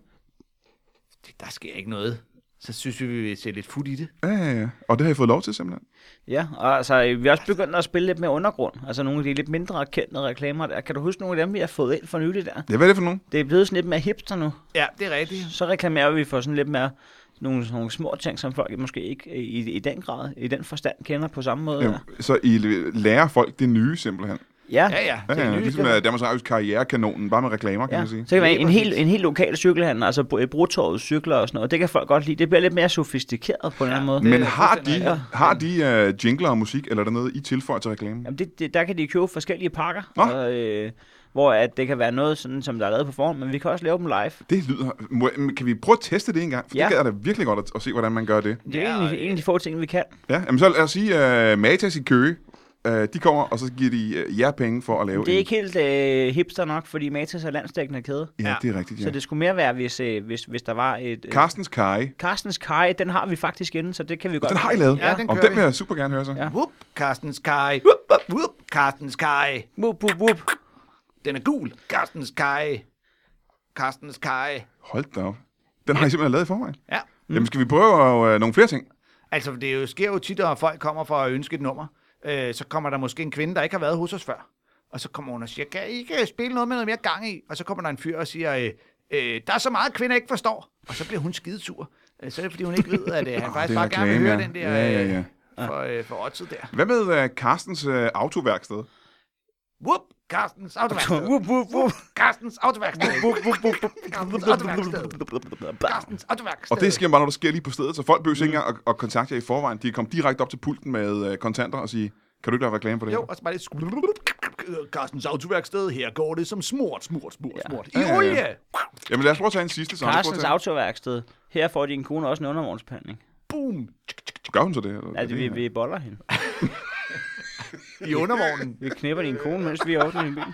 Det, der sker ikke noget. Så synes vi, vi vil se lidt fut i det.
Ja, ja, ja. Og det har I fået lov til, simpelthen.
Ja, og altså, øh, vi er også begyndt at spille lidt mere undergrund. Altså nogle af de lidt mindre kendte reklamer der. Kan du huske nogle af dem, vi har fået ind for nylig der?
Ja, hvad er det for nogen?
Det er blevet sådan lidt mere hipster nu.
Ja, det er rigtigt.
Så reklamerer vi for sådan lidt mere nogle, nogle små ting, som folk måske ikke øh, i, i den grad, i den forstand kender på samme måde. Ja,
Ja. Så I lærer folk det nye, simpelthen.
ja.
Ja, ja.
Ja,
Det er
ja.
nyt.
Ligesom øh, Danmarks Radios karrierekanonen, bare med reklamer, kan
ja.
man sige.
Så kan man
Lige
en helt,
præcis.
en helt lokal cykelhandel, altså br- brotorvet cykler og sådan noget, det kan folk godt lide. Det bliver lidt mere sofistikeret på en eller anden måde.
det-
Men
er
har de,
fuldstændig
har de uh, jingler og musik, eller er der noget, I tilføjer til reklamen?
Jamen det, det, der kan de købe forskellige pakker,
Nå.
og, øh, hvor at det kan være noget, sådan, som der er lavet på forhånd, men vi kan også lave dem live.
Det lyder... Må, men kan vi prøve at teste det en gang? For ja.
Ja.
det gad jeg da virkelig godt at, at se, hvordan man gør det.
Det er
Ja,
ja,
og-
egentlig en af de få ting, vi kan.
Ja, jamen så lad os sige uh, Matas i Køge. Uh, Øh, de kommer, og så giver de øh, jer penge for at lave
Det er
en...
ikke helt øh, hipster nok, fordi Matas er landstækkende kæde.
Ja, det er rigtigt, ja.
Så det skulle mere være, hvis, øh, hvis, hvis der var et... Øh,
Carstens Kai.
Carstens Kai, den har vi faktisk inden, så det kan vi godt...
Den har I lavet.
Ja, den
Om
kører
den
vi.
vil jeg super gerne høre så.
Ja.
Whoop, Carsten Sky. Whoop, whoop, whoop, Carsten Sky.
Wup, wup, wup.
Den er gul. Carsten Sky. Carsten Sky.
Hold da op. Den har I simpelthen lavet i forvejen.
Ja.
Mm. Jamen, skal vi prøve øh, nogle flere ting?
Altså, det jo, sker jo tit, at folk kommer for at ønske et nummer. Øh, så kommer der måske en kvinde, der ikke har været hos os før. Og så kommer hun og siger, kan I ikke spille noget med noget mere gang i? Og så kommer der en fyr og siger, øh, øh, der er så meget, kvinder ikke forstår. Og så bliver hun skidesur. Øh, så er det, fordi hun ikke ved, at øh, han faktisk
det er
bare gerne
reklame,
vil høre
ja.
den der
Ja, ja, ja.
Øh, for, øh, for oddset der.
Hvad med øh, Carstens øh, autoværksted?
Whoop, Carstens autoværksted.
Wup, wup, wup.
Carstens autoværksted. Carstens autoværksted. Carstens autoværksted.
Og det sker bare, når det sker lige på stedet, så folk behøver ikke engang at, at kontakte jer i forvejen. De kan komme direkte op til pulten med øh, kontanter og sige, kan du ikke lave reklame for det
Jo,
her?
og så bare lidt... Carstens autoværksted, her går det som smurt, smurt, smurt, smurt. I
Ja, ja, ja.
olie!
Jamen lad os prøve at tage en sidste. Så Lad os prøve at
Carstens
tage-
autoværksted. Her får din kone også en undervognsbehandling.
Boom!
Gør hun så det? Eller?
Altså,
Er
vi,
det-
vi boller hende.
I undervognen.
Vi knipper din kone, mens vi er over i bilen.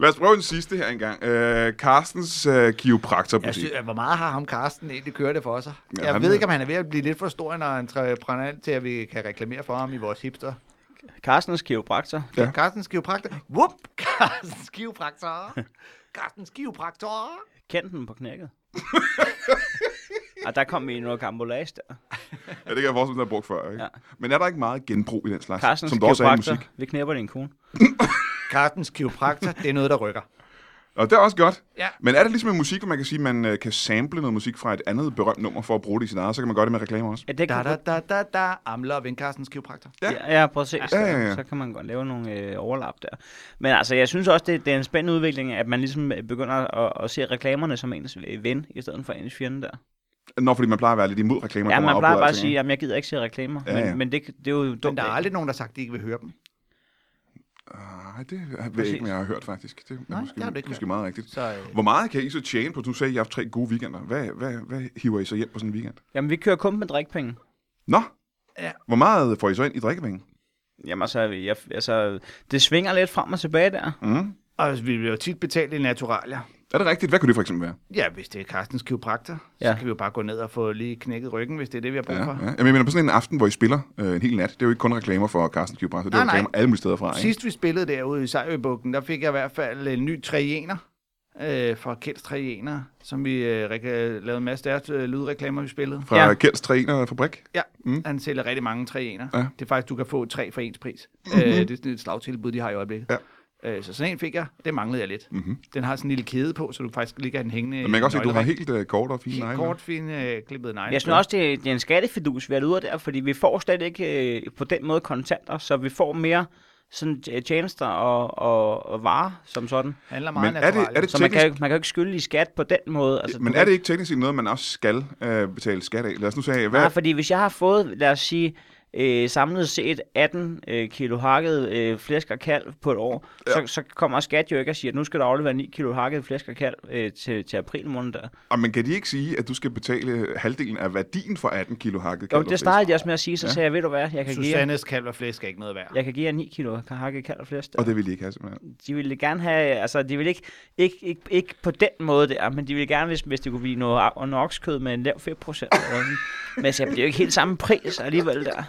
Lad os prøve en sidste her engang. Øh, Carstens øh,
Jeg
kiropraktorbutik.
synes, hvor meget har ham Carsten egentlig kørt det for sig?
Ja,
jeg
han
ved
er-
ikke, om han er ved at blive lidt for stor en entreprenør til, at vi kan reklamere for ham i vores hipster.
Carstens kiropraktor.
Ja.
Carstens kiropraktor. Whoop! Carstens kiropraktor. Carstens kiropraktor.
Kend den på knækket. Og der kom vi i noget gambolage der.
Ja, det kan jeg forestille mig, der er brugt før. Ikke? Ja.
Ja.
Men er der ikke meget genbrug i den slags?
Carstens
som der også er i musik.
kiropraktor. Vi knæpper din kone.
Carstens kiropraktor, det er noget, der rykker.
Og det er også godt.
Ja.
Men er det ligesom med musik, hvor man kan sige, at man øh, kan sample noget musik fra et andet berømt nummer for at bruge det i sin eget, så kan man gøre det med reklamer også?
Ja, det
Da,
kan
da, da, da, da. I'm loving Carstens kiropraktor.
Ja.
Ja, ja præcis.
Ja,
Ja,
ja,
ja,
ja.
Så kan man godt lave nogle øh, overlap der. Men altså, jeg synes også, det, det er en spændende udvikling, at man ligesom øh, begynder at, at se reklamerne som ens øh, ven, i stedet for ens fjende der.
Nå, fordi man plejer at være lidt imod reklamer.
Ja,
kommer
man
op
plejer
på
bare at
alting,
sige, at jeg gider ikke se reklamer.
Ja,
Ja, men,
ja.
ja. men det, det er jo dumt.
Men der er
ikke?
aldrig nogen, der har sagt, at de ikke vil høre dem.
ikke? Ah, det ved jeg ikke, om jeg har hørt faktisk. Det er
Nej,
måske,
det har du ikke
måske
hørt.
meget rigtigt.
Så, øh,
Hvor meget kan I så tjene på? Du sagde, at I har haft tre gode weekender. Hvad, hvad, hvad hiver I så hjem på sådan en weekend?
Jamen, vi kører kun med drikpenge.
Nå,
Ja.
hvor meget får I så ind i drikkepenge?
Jamen, altså, jeg, altså, det svinger lidt frem og tilbage der.
Mm.
og altså, vi bliver jo tit betalt i naturalier.
Er det rigtigt? Hvad kunne det for eksempel være?
Ja, hvis det er Carstens kiropraktor, ja.
Ja.
så kan vi jo bare gå ned og få lige knækket ryggen, hvis det er det, vi har brug
Ja,
for.
ja. Jamen, jeg mener på sådan en aften, hvor I spiller øh, en hel nat. Det er jo ikke kun reklamer for Carsten Kiopraktor. Det er
Nej,
jo
nej.
reklamer alle mulige steder fra. Ikke?
Sidst vi spillede derude i Sejøbugten, der fik jeg i hvert fald en ny træener øh, fra Kjelds Træener, som vi øh, rek- øh, lavede en masse deres øh, lydreklamer, vi spillede.
Fra ja.
Ja.
Kjelds Træner Fabrik.
Ja,
Mm.
mm. han sælger rigtig mange træener.
Ja. Mhm.
Ja. Det er faktisk, du kan få tre for ens pris. øh, det er sådan et slagtilbud, de har i øjeblikket.
Ja.
Øh, så sådan en fik jeg. Det manglede jeg lidt.
Mhm.
Den har sådan en lille kede på, så du faktisk lige kan have den hængende.
Men man kan også se, at du har helt øh, kort og fine
Helt
negle.
kort, fine, øh, klippede negle.
Jeg synes også, det, det er en skattefidus, vi er ude af der, fordi vi får slet ikke øh, på den måde kontanter, så vi får mere sådan øh, tjenester og, og, og varer som sådan.
handler meget
Men er det,
naturalier.
er det
Så man kan,
teknisk...
jo- man kan jo ikke skylde i skat på den måde. Altså,
Men
du
er
kan-
det ikke teknisk set noget, man også skal øh, betale skat af? Lad os nu sige, hvad...
Nej, fordi hvis jeg har fået, lad os sige, øh, samlet set 18 øh, kilo hakket øh, flæsk og kalv på et år, ja. så, så kommer skat jo ikke og siger, at nu skal du aflevere 9 kilo hakket flæsk og kalv øh, til, til april måned. Der.
Og man kan de ikke sige, at du skal betale øh, halvdelen af værdien for 18 kilo hakket
Jo,
kalveflæsk?
det startede jeg også med at sige, så sagde jeg, ved du hvad, jeg kan, give jer,
Susannes kalv og flæsk er ikke noget værd.
jeg kan give jer 9 kilo hakket kalv og flæsk. Der.
Og det vil de ikke have, simpelthen.
De ville gerne have, altså de ville ikke, ikke, ikke, ikke på den måde der, men de ville gerne, hvis, hvis det kunne blive noget av- og noget oksekød med en lav 5%. Eller sådan. men altså, det er jo ikke helt samme pris alligevel der.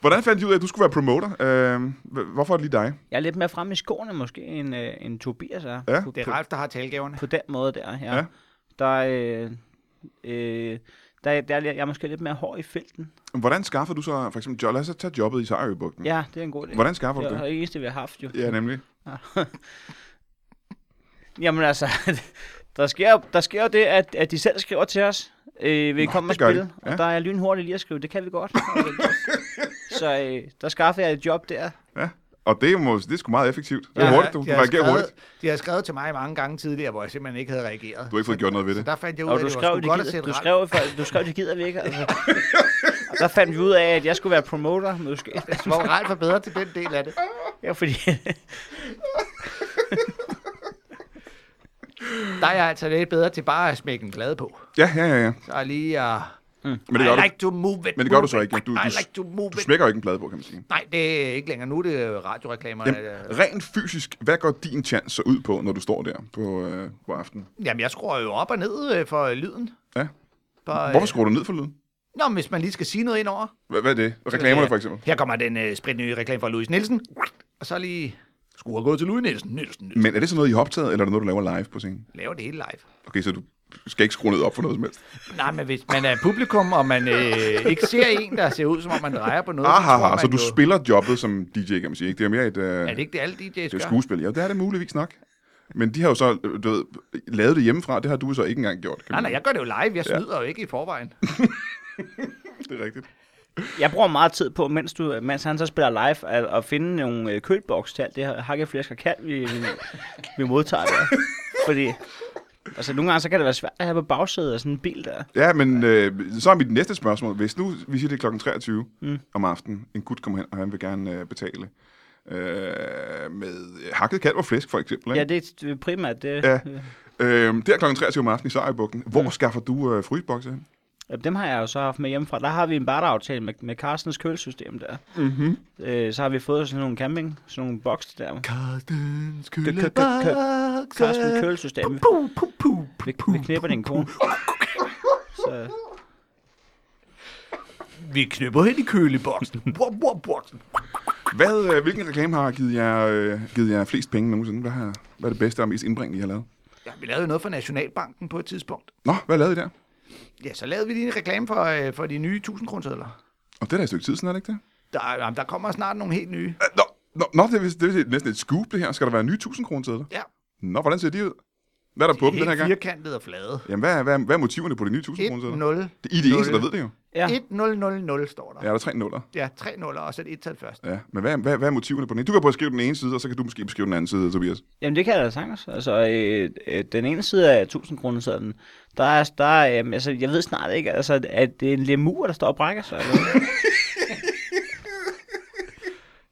Hvordan fandt I ud af, at du skulle være promoter? Øh, h- hvorfor er det lige dig?
Jeg er lidt mere frem i skoene måske, end, øh, end Tobias er.
Ja.
På-
Det
på-
er Ralf, der har talgaverne.
på den måde der, ja.
Ja.
ja. Der, øh, øh, der, der er jeg- jeg er måske lidt mere hård i felten.
Hvordan skaffer du så, for eksempel, jo- lad os så tage jobbet i Sejrøbugten.
Ja, det er en god idé.
Mm. Hvordan skaffer du
det? Det
det?
er det eneste, vi har haft jo.
Ja, nemlig.
Jamen altså, der sker, jo- der sker jo det, at, at de selv skriver til os, øh, vil I
Nå,
komme og
det gør de.
spille?
Ja.
Og der er jeg lynhurtig lige at skrive, det kan vi godt. Så øh, der skaffer jeg et job der.
Og det, må, det er sgu meget effektivt. Det er
Ja,
hurtigt, du, du
de har
reagerer
skrevet,
hurtigt.
De har skrevet til mig mange gange tidligere, hvor jeg simpelthen ikke havde reageret.
Du har ikke fået gjort noget ved
Så
det.
der fandt jeg ud af,
Og
at
du
det var
skrev,
sgu
det,
godt at
gider,
sætte
du,
Ralf.
skrev, for, du skrev, det gider vi ikke. Altså. Og der fandt vi ud af, at jeg skulle være promoter måske.
Hvor Ralf var bedre til den del af det.
Ja, fordi
Der er jeg altså lidt bedre til bare at smække en glade på.
Ja, ja, ja, ja.
Så er lige at
Mm.
Men det gør
I
du,
like to move it.
men det gør
move
du så
it.
ikke. Du, du,
I like to move
du
it.
smækker jo ikke en plade på, kan man sige.
Nej, det er ikke længere. Nu er det øh, radioreklamer. Øh,
Jamen,
Jamen.
rent fysisk, hvad går din chance så ud på, når du står der på, øh, på aftenen?
Jamen, jeg skruer jo op og ned øh, for lyden.
Ja.
For,
Hvorfor skruer du ned for lyden?
Nå, men hvis man lige skal sige noget indover.
Hvad, hvad er det? Reklamerne for eksempel?
Her kommer den øh, spritnye reklame fra Louis Nielsen. Og så lige skruer gået til Louis Nielsen. Nielsen, Nielsen.
Men er det sådan noget, I har optaget, eller er det noget, du laver live på scenen?
Laver det hele live.
Okay, så du skal ikke skrue ned op for noget som helst.
Nej, men hvis man er publikum, og man øh, ikke ser en, der ser ud, som om man drejer på noget,
Aha,
tror
aha,
man
så du
jo-
spiller jobbet som DJ, kan man sige. Ikke? Det er mere et, øh,
Er det
det
ikke det, alle DJ's
er et
gør?
skuespil. Ja, det er det muligvis nok. Men de har jo så øh, du ved, lavet det hjemmefra, det har du så ikke engang gjort. Kan
Nej,
man
nej, jeg gør det jo live. Jeg snyder jo ikke i forvejen.
sige. Det er rigtigt.
Jeg bruger meget tid på, mens, du, mens han så spiller live, at, at finde nogle øh, kølboks til alt det her hakkeflæsk og kald, vi, vi, vi modtager der. Fordi, altså nogle gange, så kan det være svært at have på bagsædet af sådan en bil der.
Ja, men øh, så er mit næste spørgsmål. Hvis nu, vi siger det er klokken 23 mm. om aftenen, en gut kommer hen, og han vil gerne øh, betale øh, med øh, hakket kalv og flæsk, for eksempel.
Ja,
Ikke?
det er primært det.
Ja. Øh, det er klokken 23 om aftenen i Sejrbugten. Hvor mm. skaffer du øh, frysebokse hen?
Ja, Dem har jeg jo så haft med hjemmefra. Der har vi en barteraftale med, med Carstens kølesystem der. Mm-hmm. Øh, så har vi fået sådan nogle camping, sådan nogle boks der.
Carstens
Carstens kølesystem. Vi,
Puh, puh, puh,
vi,
puh.
vi knipper den kone. Så,
Vi knipper hen i køleboksen. Bor, bor, boksen.
Hvad, øh, hvilken reklame har givet jer, øh, givet jer flest penge nogensinde? Hvad, har, hvad er det bedste og mest indbringende, I har lavet?
Ja, vi lavede jo noget for Nationalbanken på et tidspunkt.
Nå, hvad lavede I der?
Ja, så lavede vi lige en reklame for, øh, for de nye 1000 kronersedler.
Og det er da et stykke tid siden, er det ikke det?
Der, jamen, der kommer snart nogle helt nye.
Øh, Nå, nå, nå det, er, vist- det er vist næsten et scoop, det her. Skal der være nye 1000 kroner sædler?
Ja,
Nå, hvordan ser de ud? Hvad er der på dem den her
helt
gang?
firkantede og flade.
Jamen, hvad, er- hvad, er- hvad er motiverne på de nye 1000 kroner sædler?
1-0.
Det I er de eneste, der ved det jo.
ja.
1000 står der.
Ja, der er tre nuller.
Ja, tre nuller og så et et-tal først.
Ja, men hvad, hvad, hvad er motiverne på den ene? Du kan prøve at skrive den ene side, og så kan du måske beskrive den anden side, Tobias.
Jamen det kan jeg da sagtens. Altså, øh, øh, den ene side af 1000 kroner sådan, der er, der er øh, altså, jeg ved snart ikke, altså, at det er en lemur, der står og brækker sig. Eller? hvad?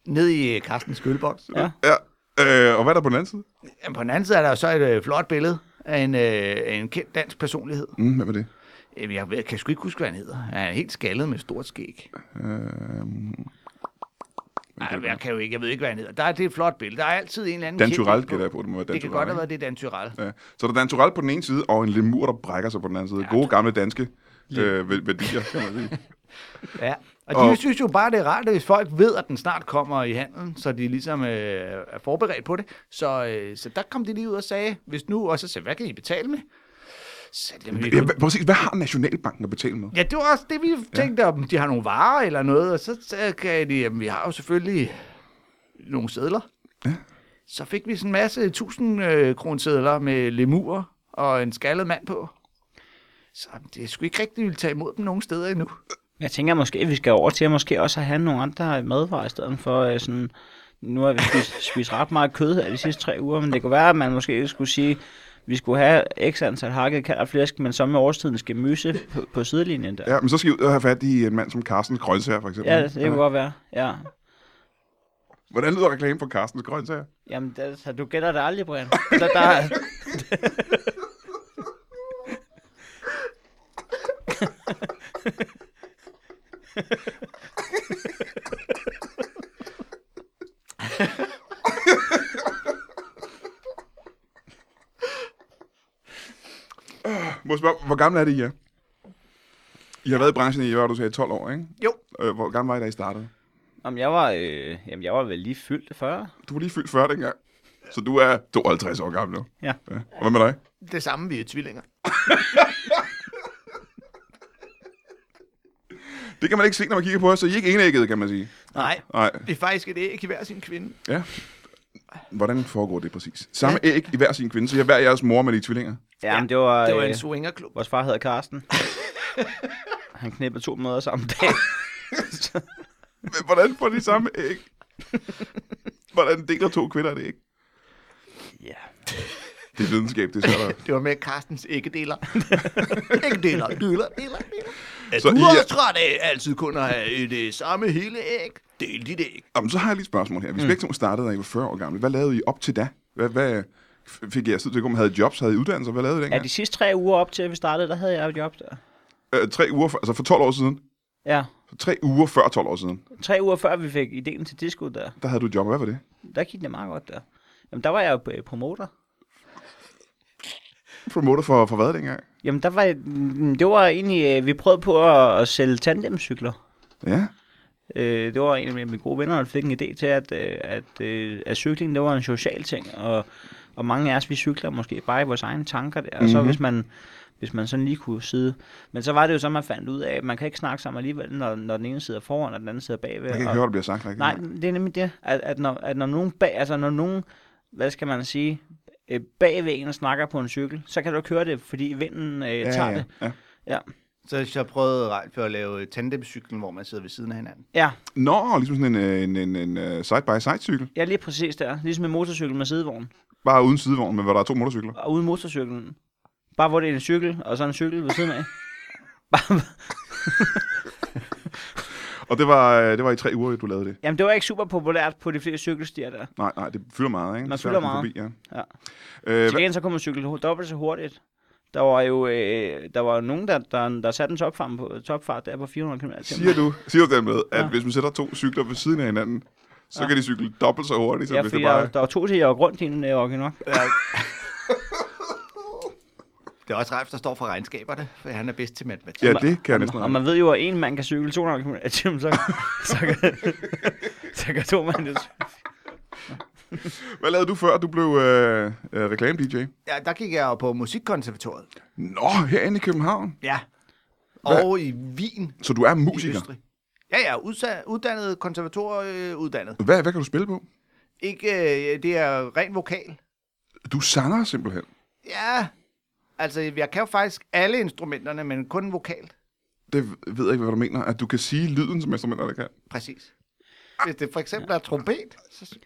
Ned i øh, Carstens køleboks.
Ja.
Ja. Øh, og hvad er der på den anden side?
Jamen, på den anden side er der jo så et øh, flot billede af en, øh, en kendt dansk personlighed.
Mm, hvad var det?
Jamen, Jeg ved- kan sgu ikke huske, hvad han hedder. Han er helt skaldet med stort skæg.
Øh,
Ej, jeg, kan jo ikke, jeg ved ikke, hvad han hedder. Der er det er et flot billede. Der er altid en eller anden...
Dan
kendt-
Turell gætter jeg på, det må være Dan
Det kan
Turell,
godt have
ikke?
været det er Dan Tyrell.
Ja. Så der er Dan Turell på den ene side, og en lemur, der brækker sig på den anden side. Gode gamle danske øh, væ- værdier, kan man sige.
Ja. Og de
Og-
og... synes jo bare, det er rart, at hvis folk ved, at den snart kommer i handelen, så de ligesom øh, er forberedt på det. Så, øh, så der kom de lige ud og sagde, hvis nu... Og så sagde, hvad kan I betale med? Så sagde de, "Jamen, vi
Ja,
kunne
hva- præcis, hvad har Nationalbanken at betale med?
Ja, det var også det, vi tænkte, om de har nogle varer eller noget, og så så kan de, jamen, vi har jo selvfølgelig nogle sædler.
Ja.
Så fik vi sådan en masse 1000 øh, kronesedler med lemurer og en skaldet mand på. Så det skulle ikke rigtig ville tage imod dem nogen steder endnu.
Jeg tænker måske, at vi skal over til at måske også have nogle andre madvarer i stedet for øh, sådan... Nu har vi spist, spist ret meget kød her de sidste tre uger, men det kunne være, at man måske skulle sige, at vi skulle have x antal hakket kald og flæsk, men så med årstiden skal myse på, på sidelinjen der.
Ja, men så skal I ud og have fat i en mand som Carstens Grøntsager, for eksempel.
Ja, det, det kunne godt være. Ja.
Hvordan lyder reklamen for Carstens Grøntsager?
Jamen, der, så du gætter det aldrig, Brian. Der, der,
Må jeg spørge, hvor gammel er det, I er? I har været i branchen i, hvad var det, du sagde, 12 år, ikke?
Jo.
Øh, hvor gammel var I, da I startede?
Jamen, jeg var, øh, jamen, jeg var vel lige fyldt 40.
Du var lige fyldt 40 dengang. Så du er 52 år gammel nu.
Ja.
ja. Og hvad med dig?
Det samme, vi er tvillinger.
Det kan man ikke se, når man kigger på os, så I er ikke enægget, kan man sige.
Nej,
Nej,
det er faktisk et æg i hver sin kvinde.
ja. Hvordan foregår det præcis? Samme æg i hver sin kvinde, så jeg hver jeres mor med de tvillinger.
Jamen, det var,
Det var en
øh,
swingerklub.
vores far hedder Karsten. Han knippede to møder samme dag.
Men hvordan får de samme æg? Hvordan deler to kvinder det æg?
ja.
Det er videnskab, det er svært. at-
Det var med Carstens æggedeler. æggedeler, deler, deler, deler. Er
Så
du
I er-
også træt af altid kun at have det samme hele æg? Del dit æg.
Jamen, så har jeg lige et spørgsmål her. Hvis mm. begge to startede, da I var 40 år gamle, hvad lavede I op til da? Hvad, hvad f- fik I jeres tid til at gå med? Havde I jobs? Havde I uddannelser? Hvad lavede I
ja,
dengang?
de sidste tre uger op til, at vi startede, der havde jeg jo et job der.
øh, tre uger før, altså for 12 år siden,
Ja.
for tre uger før 12 år siden,
Tre uger før vi fik ideen til disco der,
der havde du et job. Hvad var det?
der gik det meget godt der. Jamen, der var jeg jo øh, promoter.
Promoter for, for hvad dengang?
Jamen, der var, mm, det var egentlig, øh, vi prøvede på at, at sælge tandemcykler.
Ja.
Øh, det var en af mine gode venner, der fik en idé til, at, øh, at, øh, at cykling, det var en social ting, og, og mange af os, vi cykler måske bare i vores egne tanker der,
Mhm.
og så hvis man, hvis man sådan lige kunne sidde. Men så var det jo så, man fandt ud af, at man kan ikke snakke sammen alligevel, når, når den ene sidder foran, og den anden sidder bagved.
Jeg kan ikke høre,
og,
hvad der bliver sagt. Rigtig.
Øh, Nej, det er nemlig det, at, at, når, at når nogen bag, altså når nogen, hvad skal man sige, øh, bagved en snakker på en cykel, så kan du ikke høre det, fordi vinden øh,
ja,
tager
ja,
det.
ja.
Så hvis jeg prøvede ret for at lave tandemcyklen, hvor man sidder ved siden af hinanden.
Ja,
Nå, ligesom sådan en, øh, en, en, en øh, side-by-side-cykel.
ja, lige præcis der. Ligesom en motorcykel med sidevogn.
Bare uden sidevogn, men hvor der er to motorcykler.
Og uden motorcyklen. Bare hvor det er en cykel, og så en cykel ved siden af. Bare,
Og det var, øh, det var i tre uger, du lavede det.
jamen, det var ikke super populært på de fleste cykelstier der.
Nej, nej, det fylder meget, ikke?
Man
Svært
fylder
at komme
meget.
Forbi,
Ja.
ja. Øh,
Til
hvad,
gengæld så kunne man cykle hu- dobbelt så hurtigt. Der var jo øh, der var jo nogen, der, der, der satte en topfart på, topfart der på 400 km
siger du, siger du dermed, at ja.
Ja.
hvis man sætter to cykler ved siden af hinanden, så ja.
Ja.
kan de cykle dobbelt så hurtigt, som
Ja,
hvis
fordi
det
bare...
bare...
der, der var to til, jeg var rundt i den øh, orkan nok.
Det er også Ralf, der står for regnskaberne, for han er bedst til matematik.
Ja,
man-
det kan jeg næsten
Og
regne.
man ved jo, at en mand kan cykle 200 km i timen, så, så, kan, så kan to mand det.
Hvad lavede du før, du blev øh, øh, reklame-DJ?
Ja, der gik jeg jo på musikkonservatoriet.
Nå, herinde i København.
Ja.
Hvad?
Og i Wien
Så du er
i
musiker.
Østrig. Ja, ja, udsa- uddannet konservatorieuddannet.
Hvad, hvad kan du spille på?
Ikke, øh, det er ren vokal.
Du er sanger simpelthen.
Ja, altså jeg kan jo faktisk alle instrumenterne, men kun vokalt.
Det ved jeg ikke, hvad du mener. At du kan sige lyden, som instrumenterne kan.
Præcis. Hvis det for eksempel er trompet, så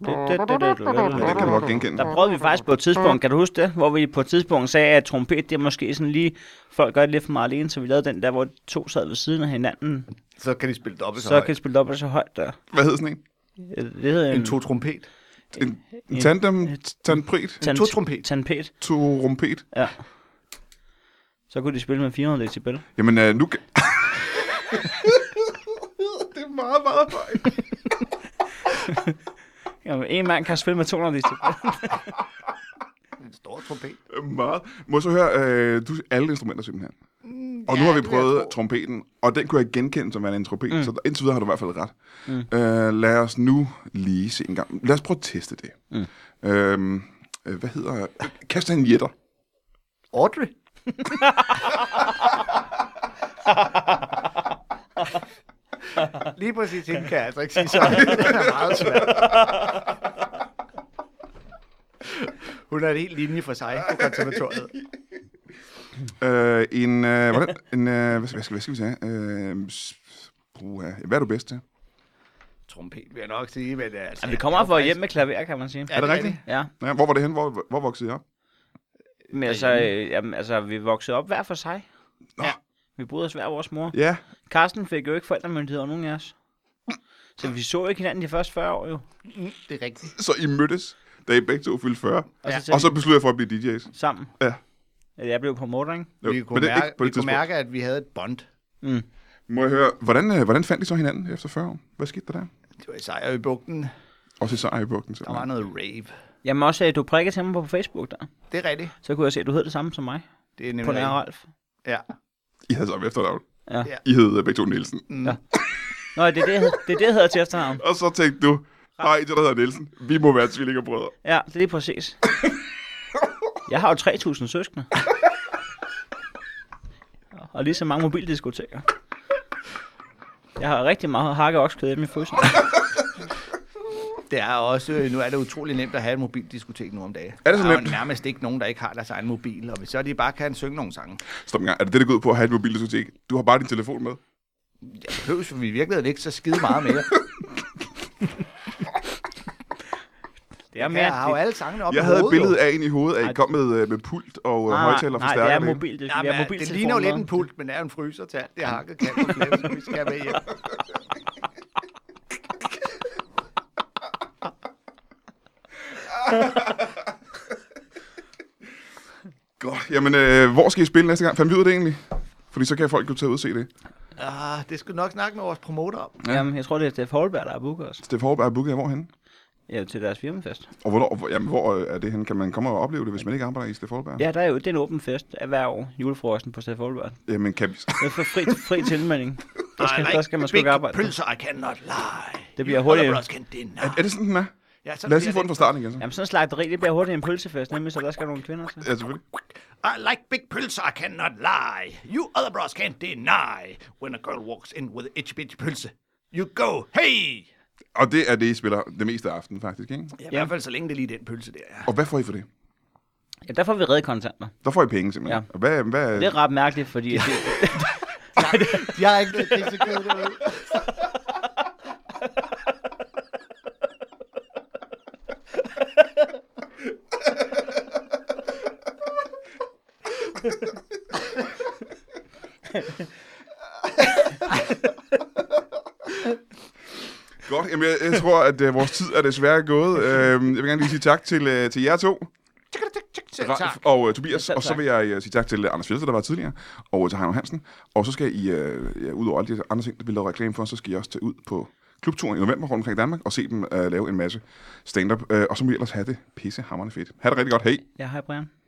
Ja, det kan du godt genkende.
Der prøvede vi faktisk på et tidspunkt, kan du huske det? Hvor vi på et tidspunkt sagde, at trompet, det er måske sådan lige, folk gør det lidt for meget alene, så vi lavede den der, hvor to sad ved siden af hinanden,
Så kan de spille dobbelt
så, så kan de spille dobbelt så højt der.
Hvad hed sådan en?
Øh, Det hedder en,
En to trompet.
En, en tandem, tandprit,
tan-
to trompet.
Tanpet,
to rumpet.
ja. Så kunne de spille med 400 decibel.
Jamen, øh, nu kan... det er meget, meget højt.
Jamen, en mand kan spille med 200 decibel.
En stor trompet.
Meget. Må jeg så høre, øh, du alle instrumenter simpelthen. Og nu har vi
Mm, det vil jeg
prøvet
tro.
trompeten, og den kunne jeg genkende som værende en trompet, mm. så der- indtil videre har du i hvert fald ret. Mm. Øh, lad os nu lige se en gang. Lad os prøve at teste det. Mm. Øhm, øh, hvad hedder... Kastanjetter.
Audrey. Lige præcis hende kan jeg altså ikke sige så. Den er meget svær. Hun er en helt linje for sig på konservatoriet.
Øh, en... Øh, hvordan, en øh, hvad, skal- hvad, skal, hvad skal vi sige? Øh, s- puha. hvad er du bedst til?
Trompet vil jeg nok sige, men altså...
Ja, vi kommer fra hjem med klaver, kan man sige.
Ja,
Er det rigtigt?
Ja,
Ja, hvor var det hen? Hvor, hvor voksede jeg op?
men altså, øh, jamen, altså, vi voksede op hver for sig.
Nå.
Ja. Vi boede os hver vores mor.
Ja,
Karsten fik jo ikke forældremyndighed over nogen af os. Så vi så ikke hinanden de første 40 år jo.
Det er rigtigt.
så I mødtes, da I begge to fyldte 40.
Og så,
Og så
så
besluttede jeg for at blive DJ's.
sammen.
Ja.
Eller jeg blev på motor, ikke?
Jo,
Vi kunne,
men det er
mærke,
ikke på det
vi kunne
tidspunkt.
mærke, at vi havde et bånd.
Mm.
Må jeg høre, hvordan, øh, hvordan fandt I så hinanden efter 40 år? Hvad skete der der?
Det var i sejr i bugten.
Også i Sejrbugten, så.
Der var noget rave.
Jamen også, øh, du prikkede til mig på Facebook der.
Det er rigtigt.
Så kunne jeg se, at du hed det samme som mig.
Det er nemlig
På nær
rigtigt.
Ralf.
Ja.
I havde så et efternavn.
Ja. Mm.
Ja.
I hed øh, begge to Nielsen.
Nå, det er det, jeg hed- det, er det jeg hedder til efternavn.
Og så tænkte du, hej, det der hedder Nielsen. Vi må være tvillingebrødre.
Ja, det er lige præcis. Jeg har jo 3.000 søskende. Og lige så mange mobildiskoteker. Jeg har rigtig meget hakke oksekød hjemme i frysen.
Det er også, nu er det utrolig nemt at have et mobildiskotek nu om dagen.
Er det så
der
nemt?
Er jo nærmest ikke nogen, der ikke har deres egen mobil, og hvis så de bare kan synge nogle sange.
Stop en gang. Er det det, der går ud på at have et mobildiskotek? Du har bare din telefon med.
Jeg behøver vi i virkeligheden ikke så skide meget mere.
Det er mere...
Jeg har jo
det-
alle sangene op
Jeg
i
havde et
hovedet,
billede
jo.
af en i hovedet, at I
Nej.
kom med, øh, med pult og ah,
Nej,
højtaler
Nej,
forstærker.
det er mobil. Det,
Jamen,
ja,
det, det ligner jo lidt en
pul.
pult, men er en fryser til alt det hakket kan, og flere, som vi skal have med hjem.
Jamen, øh, hvor skal I spille næste gang? Fandt vi ud af det egentlig? Fordi så kan folk jo tage ud og se det.
Ah, det skal du nok snakke med vores promoter om.
Ja. Jamen, jeg tror, det er Steff Holberg, der har booket os.
Steff Håberg er booket jer hvorhenne?
Ja, til deres firmafest.
Og hvornår, hvor- jamen, hvor øh, er det henne? Kan man komme og opleve det, hvis man ikke arbejder i Steff Håberg?
Ja, der er jo det er en åben fest af hver år, julefrokosten på Steff Holberg.
Jamen, kan vi...
Det er for fri, fri tilmelding. Der skal, der skal man sgu ikke arbejde.
Pølser, I cannot lie.
Det bliver hurtigt.
Holder blot kendt det, nå.
Er det sådan, den er?
Ja, så
Lad os
bliver
lige få den
det-
fra starten igen. Så.
Jamen, sådan en slagteri, det bliver hurtigt en pølsefest, nemlig, så der skal nogle kvinder til.
Ja, selvfølgelig.
I like big pølser, I cannot lie. You other bros can't deny. When a girl walks in with itchy bitch pølse, you go, hey!
Og det er det, I spiller det meste af aftenen, faktisk, ikke?
Ja, I hvert fald så længe det er lige den pølse der.
Og hvad får I for det?
Ja, der får vi redde kontanter.
Der får I penge, simpelthen.
Ja.
Og hvad, hvad,
Det er ret mærkeligt, fordi... at Det,
Jeg har ikke det, så kød ud.
Godt, jamen jeg, jeg tror, at øh, vores tid er desværre gået. Øh, jeg vil gerne lige sige tak til, øh, til jer to, Ralf og øh, Tobias,
Selv
og så
tak.
vil jeg øh, sige tak til øh, Anders Fjeldsted, der var tidligere, og øh, til Heino Hansen. Og så skal I, øh, ja, ud over alle de andre ting, der bliver lavet reklame for, så skal I også tage ud på klubturen i november rundt omkring Danmark og se dem øh, lave en masse stand-up. Øh, og så må I ellers have det pissehammerende fedt. Ha' det rigtig godt. Hej.
ja, hej Brian.